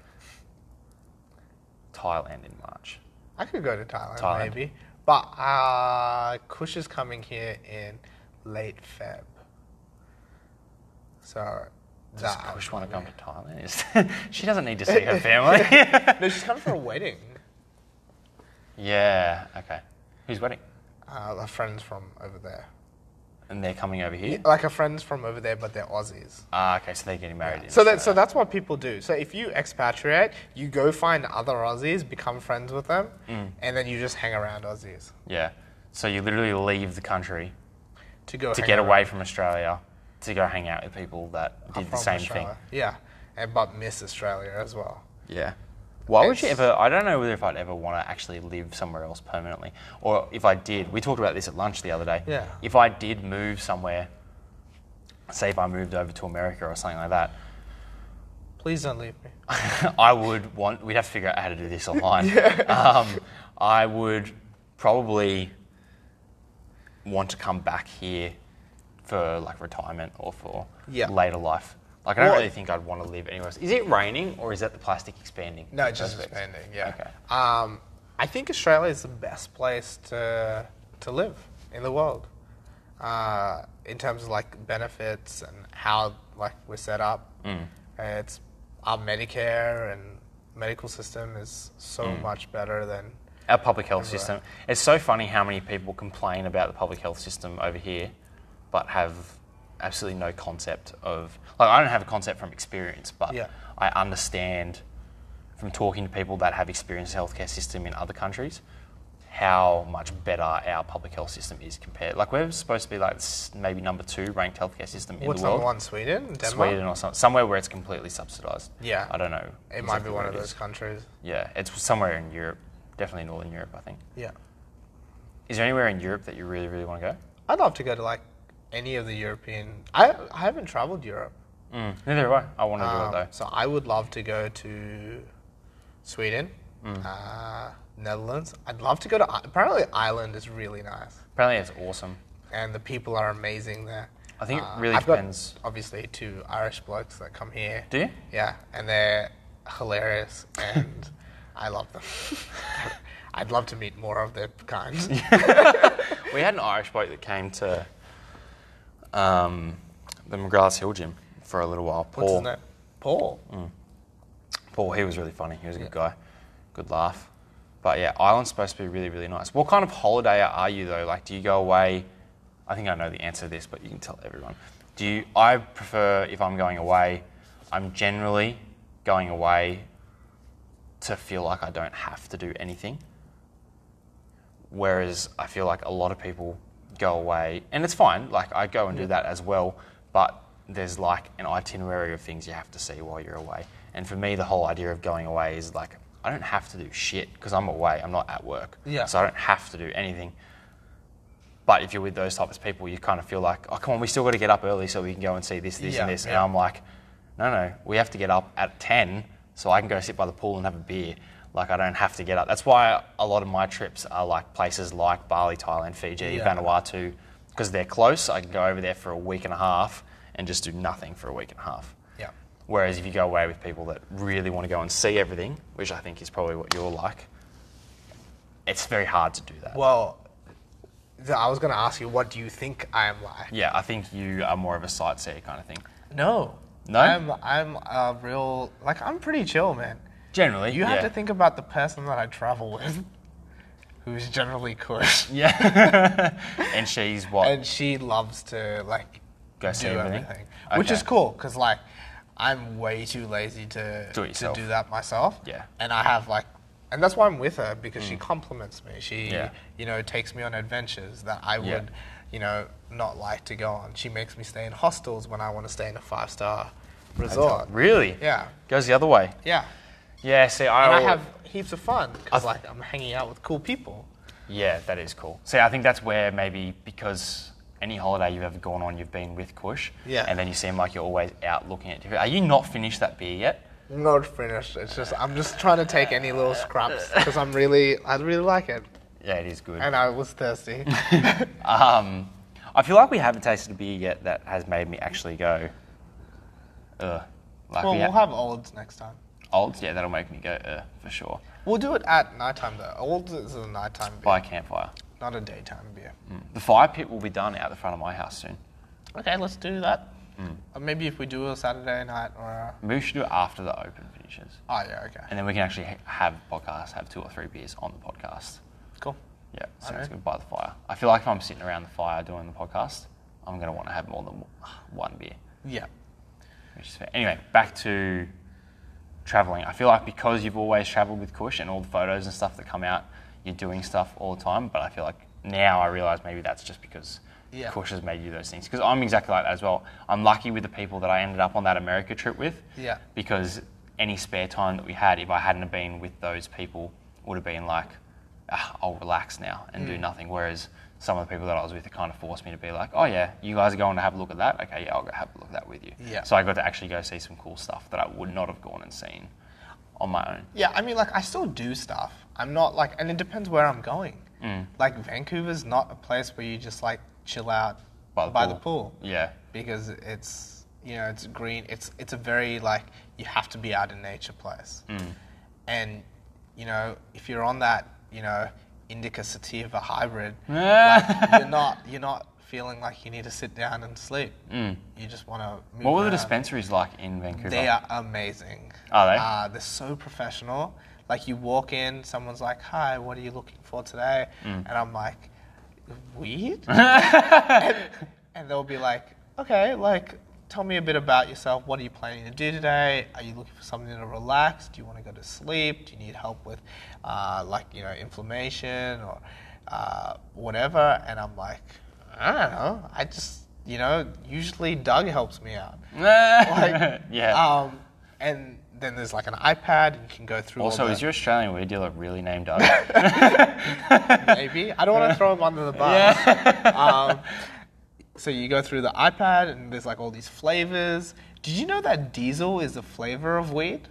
[SPEAKER 2] Thailand in March.
[SPEAKER 1] I could go to Thailand,
[SPEAKER 2] Thailand.
[SPEAKER 1] maybe. But uh, Kush is coming here in late Feb. So
[SPEAKER 2] Does
[SPEAKER 1] that-
[SPEAKER 2] Kush want to Ah, come to Thailand? Is- she doesn't need to see her family.
[SPEAKER 1] No, she's coming for a wedding.
[SPEAKER 2] yeah. Okay. Who's wedding?
[SPEAKER 1] Uh, a friend's from over there.
[SPEAKER 2] And they're coming over here.
[SPEAKER 1] Like a friend's from over there, but they're Aussies.
[SPEAKER 2] Ah, okay. So they're getting married. in
[SPEAKER 1] So that so
[SPEAKER 2] Australia.
[SPEAKER 1] that's what people do. So if you expatriate, you go find other Aussies, become friends with them,
[SPEAKER 2] Mm.
[SPEAKER 1] and then you just hang around Aussies
[SPEAKER 2] yeah. So you literally leave the country
[SPEAKER 1] to go
[SPEAKER 2] to
[SPEAKER 1] hang
[SPEAKER 2] get
[SPEAKER 1] around
[SPEAKER 2] away from Australia to go hang out with people that did the
[SPEAKER 1] from
[SPEAKER 2] same
[SPEAKER 1] Australia. Yeah, and but miss Australia as well.
[SPEAKER 2] thing. Yeah. Why would you
[SPEAKER 1] It's-
[SPEAKER 2] ever? I don't know whether if I'd ever want to actually live somewhere else permanently, or if I did. We talked about this at lunch the other day.
[SPEAKER 1] Yeah.
[SPEAKER 2] If I did move somewhere, say if I moved over to America or something like that,
[SPEAKER 1] Please don't leave me.
[SPEAKER 2] I would want. We'd have to figure out how to do this online. um, I would probably want to come back here for like retirement or for
[SPEAKER 1] Yeah.
[SPEAKER 2] later life. Like I don't
[SPEAKER 1] Well-
[SPEAKER 2] really think I'd want to live anywhere else. Is it raining or is that the plastic expanding?
[SPEAKER 1] No, it's just
[SPEAKER 2] Perfect.
[SPEAKER 1] expanding. Yeah.
[SPEAKER 2] Okay.
[SPEAKER 1] Um, I think Australia is the best place to to live in the world, uh, in terms of like benefits and how like we're set up.
[SPEAKER 2] Mm.
[SPEAKER 1] It's our Medicare and medical system is so
[SPEAKER 2] Mm.
[SPEAKER 1] much better than
[SPEAKER 2] Our public health system. It's so funny how many people complain about the public health system over here, but have absolutely no concept of. Like, I don't have a concept from experience, but
[SPEAKER 1] Yeah.
[SPEAKER 2] I understand from talking to people that have experienced the healthcare system in other countries how much better our public health system is compared. Like, we're supposed to be like s- maybe number two ranked healthcare system in
[SPEAKER 1] what's
[SPEAKER 2] the world.
[SPEAKER 1] number one, Sweden, Denmark.
[SPEAKER 2] Sweden or some, somewhere where it's completely subsidized.
[SPEAKER 1] Yeah.
[SPEAKER 2] I don't know.
[SPEAKER 1] It might be
[SPEAKER 2] exactly
[SPEAKER 1] one
[SPEAKER 2] where
[SPEAKER 1] of
[SPEAKER 2] it is.
[SPEAKER 1] those countries.
[SPEAKER 2] Yeah, it's somewhere in Europe, definitely northern Europe, I think.
[SPEAKER 1] Yeah,
[SPEAKER 2] Is there anywhere in Europe that you really, really want to go?
[SPEAKER 1] I'd love to go to like any of the European. I I haven't traveled Europe.
[SPEAKER 2] Neither have I. I want to do it
[SPEAKER 1] Um,
[SPEAKER 2] though.
[SPEAKER 1] So I would love to go to Sweden,
[SPEAKER 2] Mm.
[SPEAKER 1] uh, Netherlands. I'd love to go to. I- Apparently, Ireland is really nice,
[SPEAKER 2] Apparently, it's awesome.
[SPEAKER 1] and the people are amazing there. Uh,
[SPEAKER 2] I think it really
[SPEAKER 1] got,
[SPEAKER 2] depends.
[SPEAKER 1] obviously, two Irish blokes that come here.
[SPEAKER 2] Do you?
[SPEAKER 1] Yeah, and they're hilarious, and I love them. I'd love to meet more of their kind.
[SPEAKER 2] We had an Irish bloke that came to um, the McGrath Hill gym for a little while. Paul. Mm.
[SPEAKER 1] What's his name? Paul.
[SPEAKER 2] Paul, he was really funny. He was a good guy. Good laugh. But yeah, Ireland's supposed to be really, really nice. What kind of holiday are you though? Like, do you go away? I think I know the answer to this, but you can tell everyone. Do you? I prefer if I'm going away, I'm generally going away to feel like I don't have to do anything. Whereas I feel like a lot of people go away, and it's fine. Like I go and do that as well, but there's like an itinerary of things you have to see while you're away. And for me, the whole idea of going away is like I don't have to do shit because I'm away. I'm not at work,
[SPEAKER 1] Yeah.
[SPEAKER 2] so I don't have to do anything. But if you're with those types of people, you kind of feel like, oh come on, we still got to get up early so we can go and see this, this,
[SPEAKER 1] Yeah,
[SPEAKER 2] and this. And
[SPEAKER 1] yeah.
[SPEAKER 2] I'm like, no, no, we have to get up at 10 so I can go sit by the pool and have a beer. Like, I don't have to get up. That's why a lot of my trips are like places like Bali, Thailand, Fiji,
[SPEAKER 1] Yeah.
[SPEAKER 2] Vanuatu, because they're close. I can go over there for a week and a half and just do nothing for a week and a half.
[SPEAKER 1] Yeah.
[SPEAKER 2] Whereas if you go away with people that really want to go and see everything, which I think is probably what you're like, it's very hard to do that.
[SPEAKER 1] Well, th- I was going to ask you, what do you think I am like?
[SPEAKER 2] yeah, I think you are more of a sightseer kind of thing.
[SPEAKER 1] No.
[SPEAKER 2] No?
[SPEAKER 1] I'm I'm a real like I'm pretty chill, man.
[SPEAKER 2] Generally,
[SPEAKER 1] You have
[SPEAKER 2] yeah.
[SPEAKER 1] to think about the person that I travel with, who's generally Kush,
[SPEAKER 2] Yeah. and she's what?
[SPEAKER 1] and she loves to like
[SPEAKER 2] Go see
[SPEAKER 1] do
[SPEAKER 2] everything?
[SPEAKER 1] everything, which is
[SPEAKER 2] Okay.
[SPEAKER 1] cool because like I'm way too lazy to
[SPEAKER 2] Do it
[SPEAKER 1] to
[SPEAKER 2] yourself.
[SPEAKER 1] do that myself.
[SPEAKER 2] Yeah. Mm.
[SPEAKER 1] and I have like. And that's why I'm with her because she compliments me. She,
[SPEAKER 2] Yeah.
[SPEAKER 1] you know, takes me on adventures that I
[SPEAKER 2] Yeah.
[SPEAKER 1] would, you know, not like to go on. She makes me stay in hostels when I want to stay in a five star resort.
[SPEAKER 2] Really?
[SPEAKER 1] Yeah,
[SPEAKER 2] Goes the other way.
[SPEAKER 1] yeah.
[SPEAKER 2] Yeah, see, I,
[SPEAKER 1] And I
[SPEAKER 2] al-
[SPEAKER 1] have heaps of fun because
[SPEAKER 2] I've-
[SPEAKER 1] like I'm hanging out with cool people.
[SPEAKER 2] Yeah, that is cool. See, I think that's where maybe because any holiday you've ever gone on, you've been with Kush.
[SPEAKER 1] Yeah.
[SPEAKER 2] And then you seem like you're always out looking at different. Are you not finished that beer yet?
[SPEAKER 1] Not finished. It's just I'm just trying to take any little scraps because I'm really I really like it
[SPEAKER 2] Yeah, it is good.
[SPEAKER 1] and I was thirsty.
[SPEAKER 2] Um, I feel like we haven't tasted a beer yet that has made me actually go. Ugh. uh, Like
[SPEAKER 1] well,
[SPEAKER 2] we
[SPEAKER 1] we'll
[SPEAKER 2] ha-
[SPEAKER 1] have olds next time.
[SPEAKER 2] Olds, yeah, that'll make me go uh, for sure.
[SPEAKER 1] We'll do it at nighttime though. Old is a nighttime beer,
[SPEAKER 2] By a campfire. Mm.
[SPEAKER 1] not a daytime beer.
[SPEAKER 2] The fire pit will be done out the front of my house soon.
[SPEAKER 1] Mm. Okay, let's do that. Mm. Or maybe if we do a Saturday night or a.
[SPEAKER 2] Maybe we should do it after the open finishes,
[SPEAKER 1] Oh, yeah, okay.
[SPEAKER 2] and then we can actually ha- have podcasts, have two or three beers on the podcast.
[SPEAKER 1] Cool.
[SPEAKER 2] Yeah, sounds
[SPEAKER 1] Okay.
[SPEAKER 2] good by the fire. I feel like if I'm sitting around the fire doing the podcast, I'm gonna want to have more than one beer.
[SPEAKER 1] Yeah.
[SPEAKER 2] Which is fair. Anyway, back to traveling. I feel like because you've always traveled with Kush and all the photos and stuff that come out, you're doing stuff all the time. But I feel like now I realize maybe that's just because
[SPEAKER 1] Yeah.
[SPEAKER 2] Kush has made you do those things. Because I'm exactly like that as well. I'm lucky with the people that I ended up on that America trip with.
[SPEAKER 1] Yeah.
[SPEAKER 2] Because any spare time that we had, if I hadn't have been with those people, would have been like, "Ah, I'll relax now and do nothing. Whereas some of the people that I was with, it kind of forced me to be like, oh yeah, you guys are going to have a look at that. Okay, yeah, I'll go have a look at that with you.
[SPEAKER 1] Yeah.
[SPEAKER 2] So I got to actually go see some cool stuff that I would not have gone and seen on my own.
[SPEAKER 1] Yeah, I mean, like, I still do stuff. I'm not like, and it depends where I'm going.
[SPEAKER 2] Mm.
[SPEAKER 1] Like, Vancouver's not a place where you just, like, chill out
[SPEAKER 2] By the pool. Yeah.
[SPEAKER 1] because it's, you know, it's green. It's, it's a very, like, you have to be out in nature place.
[SPEAKER 2] Mm.
[SPEAKER 1] And, you know, if you're on that, you know, indica sativa hybrid, like, you're not, you're not feeling like you need to sit down and sleep. You just want to move
[SPEAKER 2] Mm. What were the
[SPEAKER 1] around.
[SPEAKER 2] dispensaries like in Vancouver?
[SPEAKER 1] They are amazing.
[SPEAKER 2] Are they?
[SPEAKER 1] Uh, they're so professional. Like you walk in, someone's like, "Hi, what are you looking for today?"
[SPEAKER 2] Mm.
[SPEAKER 1] And I'm like, "Weed." and, and they'll be like, "Okay, like, tell me a bit about yourself. What are you planning to do today? Are you looking for something to relax? Do you want to go to sleep? Do you need help with, uh, like, you know, inflammation or uh, whatever?" And I'm like, "I don't know. I just, you know, usually Doug helps me out." like,
[SPEAKER 2] yeah.
[SPEAKER 1] Um, and then there's like an iPad, and you can go through.
[SPEAKER 2] also,
[SPEAKER 1] all the,
[SPEAKER 2] is your Australian weed dealer really named Doug?
[SPEAKER 1] maybe I don't want to throw him under the bus. um, so you go through the iPad, and there's like all these flavors. Did you know that diesel is a flavor of weed?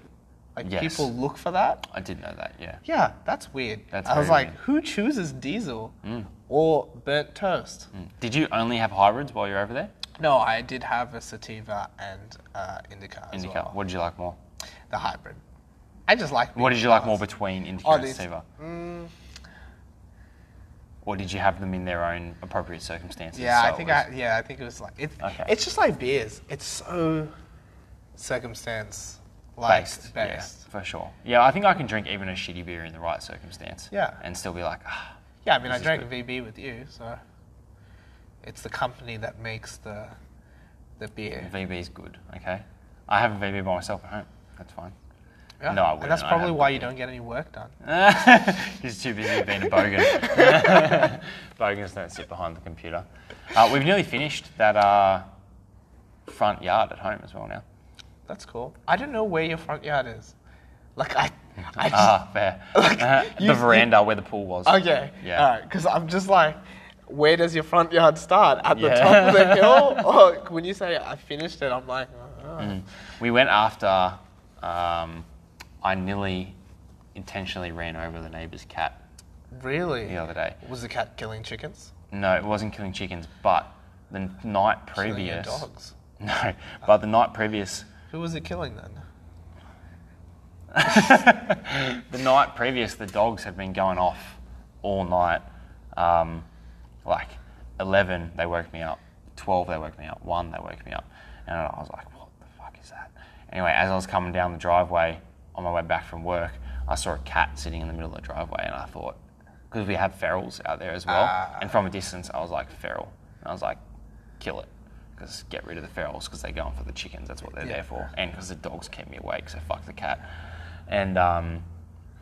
[SPEAKER 1] Like
[SPEAKER 2] Yes.
[SPEAKER 1] people look for that.
[SPEAKER 2] I did know that. Yeah.
[SPEAKER 1] Yeah, that's weird.
[SPEAKER 2] That's
[SPEAKER 1] I was
[SPEAKER 2] very
[SPEAKER 1] like,
[SPEAKER 2] weird.
[SPEAKER 1] who chooses diesel or burnt toast?
[SPEAKER 2] Mm. Did you only have hybrids while you were over there?
[SPEAKER 1] No, I did have a sativa and uh, indica as
[SPEAKER 2] Indica.
[SPEAKER 1] well.
[SPEAKER 2] What did you like more?
[SPEAKER 1] The hybrid. I just like.
[SPEAKER 2] What did you like more
[SPEAKER 1] because-
[SPEAKER 2] between Indica
[SPEAKER 1] Oh,
[SPEAKER 2] and
[SPEAKER 1] these- Mm,
[SPEAKER 2] Sativa? Or did you have them in their own appropriate circumstances?
[SPEAKER 1] Yeah,
[SPEAKER 2] so
[SPEAKER 1] I
[SPEAKER 2] it
[SPEAKER 1] think
[SPEAKER 2] was-
[SPEAKER 1] I yeah, I think it was like it's
[SPEAKER 2] Okay.
[SPEAKER 1] it's just like beers. It's so circumstance like based.
[SPEAKER 2] Yeah, for sure. Yeah, I think I can drink even a shitty beer in the right circumstance.
[SPEAKER 1] Yeah.
[SPEAKER 2] And still be like, ah.
[SPEAKER 1] Yeah, I mean
[SPEAKER 2] This
[SPEAKER 1] I
[SPEAKER 2] is
[SPEAKER 1] drank VB with you, so it's the company that makes the the beer.
[SPEAKER 2] VB's good, okay? I have a VB by myself at home. That's fine.
[SPEAKER 1] Yeah.
[SPEAKER 2] No, I
[SPEAKER 1] And that's
[SPEAKER 2] wouldn't. I
[SPEAKER 1] probably
[SPEAKER 2] haven't
[SPEAKER 1] why you don't get any work done.
[SPEAKER 2] He's too busy being a bogan. Bogans don't sit behind the computer. Uh, we've nearly finished that uh, front yard at home as well now.
[SPEAKER 1] That's cool. I don't know where your front yard is. Like I I just
[SPEAKER 2] Ah, fair.
[SPEAKER 1] you- you-
[SPEAKER 2] the veranda where the pool was.
[SPEAKER 1] Okay.
[SPEAKER 2] Yeah.
[SPEAKER 1] All right. Because I'm just like, where does your front yard start? At the
[SPEAKER 2] Yeah.
[SPEAKER 1] top of the hill? Or when you say I finished it, I'm like, uh, uh.
[SPEAKER 2] Mm. We went after. Um, I nearly intentionally ran over the neighbour's cat
[SPEAKER 1] really?
[SPEAKER 2] the other day.
[SPEAKER 1] Was the cat killing chickens?
[SPEAKER 2] No, it wasn't killing chickens, but the night
[SPEAKER 1] Killing your
[SPEAKER 2] previous.
[SPEAKER 1] dogs.
[SPEAKER 2] No, but the night previous.
[SPEAKER 1] Who was it killing then?
[SPEAKER 2] The night previous, the dogs had been going off all night. Um, like eleven, they woke me up. Twelve, they woke me up. One, they woke me up, and I was like, "What the fuck is that?" Anyway, as I was coming down the driveway on my way back from work, I saw a cat sitting in the middle of the driveway, and I thought, because we have ferals out there as well, and from a distance, I was like, "Feral," and I was like, "Kill it." Because get rid of the ferals because they're going for the chickens. That's what they're there for, and because the dogs kept me awake. So fuck the cat. And um,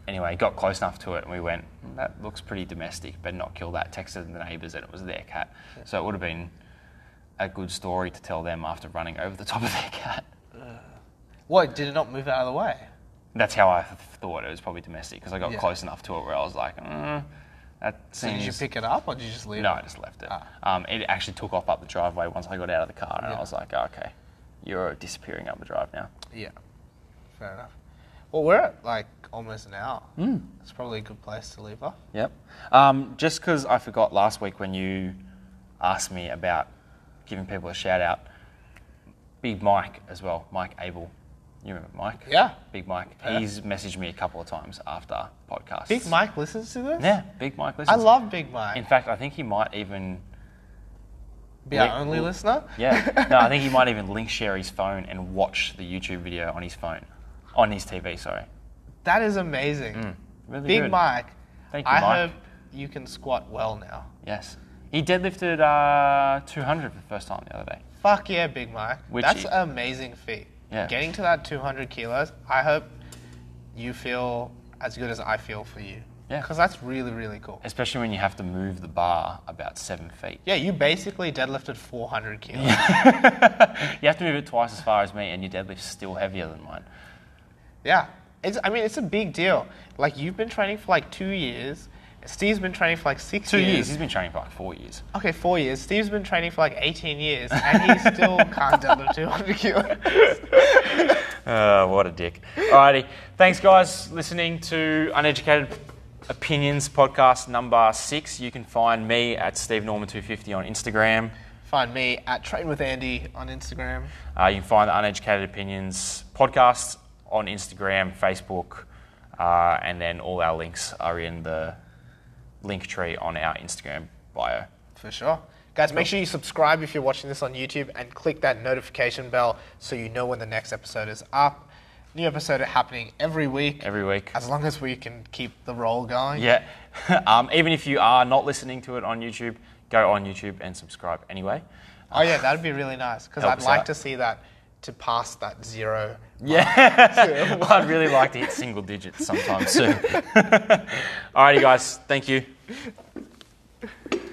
[SPEAKER 2] anyway, got close enough to it, and we went, "Mm, that looks pretty domestic, better not kill that. Texted the neighbours, and it was their cat. So it would have been a good story to tell them after running over the top of their cat.
[SPEAKER 1] What? Did it not move out of the way?
[SPEAKER 2] That's how I th- thought it was probably domestic because I got
[SPEAKER 1] Yeah.
[SPEAKER 2] close enough to it where I was like, mm, that
[SPEAKER 1] So
[SPEAKER 2] seems.
[SPEAKER 1] did you pick it up or did you just leave
[SPEAKER 2] no,
[SPEAKER 1] it?
[SPEAKER 2] I just left it. Um, it actually took off up the driveway once I got out of the car, and I
[SPEAKER 1] Ah. Yeah.
[SPEAKER 2] was like, oh, okay, you're disappearing up the drive now.
[SPEAKER 1] Yeah. Fair enough. Well, we're at like almost an hour.
[SPEAKER 2] Hmm.
[SPEAKER 1] Mm. It's probably a good place to leave off.
[SPEAKER 2] Yep. Um, just because I forgot last week when you asked me about giving people a shout out, Big Mike as well, Mike Abel. You remember Mike?
[SPEAKER 1] Yeah.
[SPEAKER 2] Big Mike. He's messaged me a couple of times after podcasts.
[SPEAKER 1] Big Mike listens to this.
[SPEAKER 2] Yeah, Big Mike listens.
[SPEAKER 1] I love Big
[SPEAKER 2] In
[SPEAKER 1] Mike.
[SPEAKER 2] fact, I think he might even
[SPEAKER 1] Be our
[SPEAKER 2] Wait,
[SPEAKER 1] only
[SPEAKER 2] well-
[SPEAKER 1] listener.
[SPEAKER 2] yeah. No, I think he might even link share his phone and watch the YouTube video on his phone, on his TV. Sorry.
[SPEAKER 1] That is amazing.
[SPEAKER 2] Hmm. Really
[SPEAKER 1] Big
[SPEAKER 2] good.
[SPEAKER 1] Mike.
[SPEAKER 2] Thank you,
[SPEAKER 1] I
[SPEAKER 2] Mike.
[SPEAKER 1] hope you can squat well now.
[SPEAKER 2] Yes. He deadlifted uh, 200 for the first time the other day.
[SPEAKER 1] Fuck yeah, Big Mike.
[SPEAKER 2] Which
[SPEAKER 1] That's
[SPEAKER 2] i-
[SPEAKER 1] an amazing feat.
[SPEAKER 2] Yeah.
[SPEAKER 1] Getting to that 200 kilos, I hope you feel as good as I feel for you.
[SPEAKER 2] Yeah.
[SPEAKER 1] Because that's really, really cool.
[SPEAKER 2] Especially when you have to move the bar about seven feet.
[SPEAKER 1] Yeah, you basically deadlifted 400 kilos.
[SPEAKER 2] You have to move it twice as far as me, and your deadlift's still heavier than mine.
[SPEAKER 1] Yeah. It's, I mean, it's a big deal. Like, you've been training for like two years. Steve's been training for like six
[SPEAKER 2] Two
[SPEAKER 1] years.
[SPEAKER 2] years. He's been training for like four years.
[SPEAKER 1] Okay, four years. Steve's been training for like 18 years, and he still can't deadlift 200 kilos.
[SPEAKER 2] Oh, what a dick. Alrighty. Thanks, guys, listening to Uneducated Opinions podcast number six. You can find me at Steve Norman250 on Instagram.
[SPEAKER 1] Find me at Train with Andy on Instagram.
[SPEAKER 2] Uh, you can find the Uneducated Opinions podcast on Instagram, Facebook, uh, and then all our links are in the link tree on our Instagram bio.
[SPEAKER 1] For sure. Guys, make sure you subscribe if you're watching this on YouTube and click that notification bell so you know when the next episode is up. New episode happening every week.
[SPEAKER 2] Every week.
[SPEAKER 1] As long as we can keep the roll going.
[SPEAKER 2] Yeah. um, even if you are not listening to it on YouTube, go on YouTube and subscribe anyway.
[SPEAKER 1] Oh, yeah, that'd be really nice because
[SPEAKER 2] Help
[SPEAKER 1] I'd
[SPEAKER 2] us
[SPEAKER 1] like
[SPEAKER 2] out.
[SPEAKER 1] to see that to pass that zero.
[SPEAKER 2] Yeah. well, I'd really like to hit single digits sometime soon. Alrighty, guys. Thank you.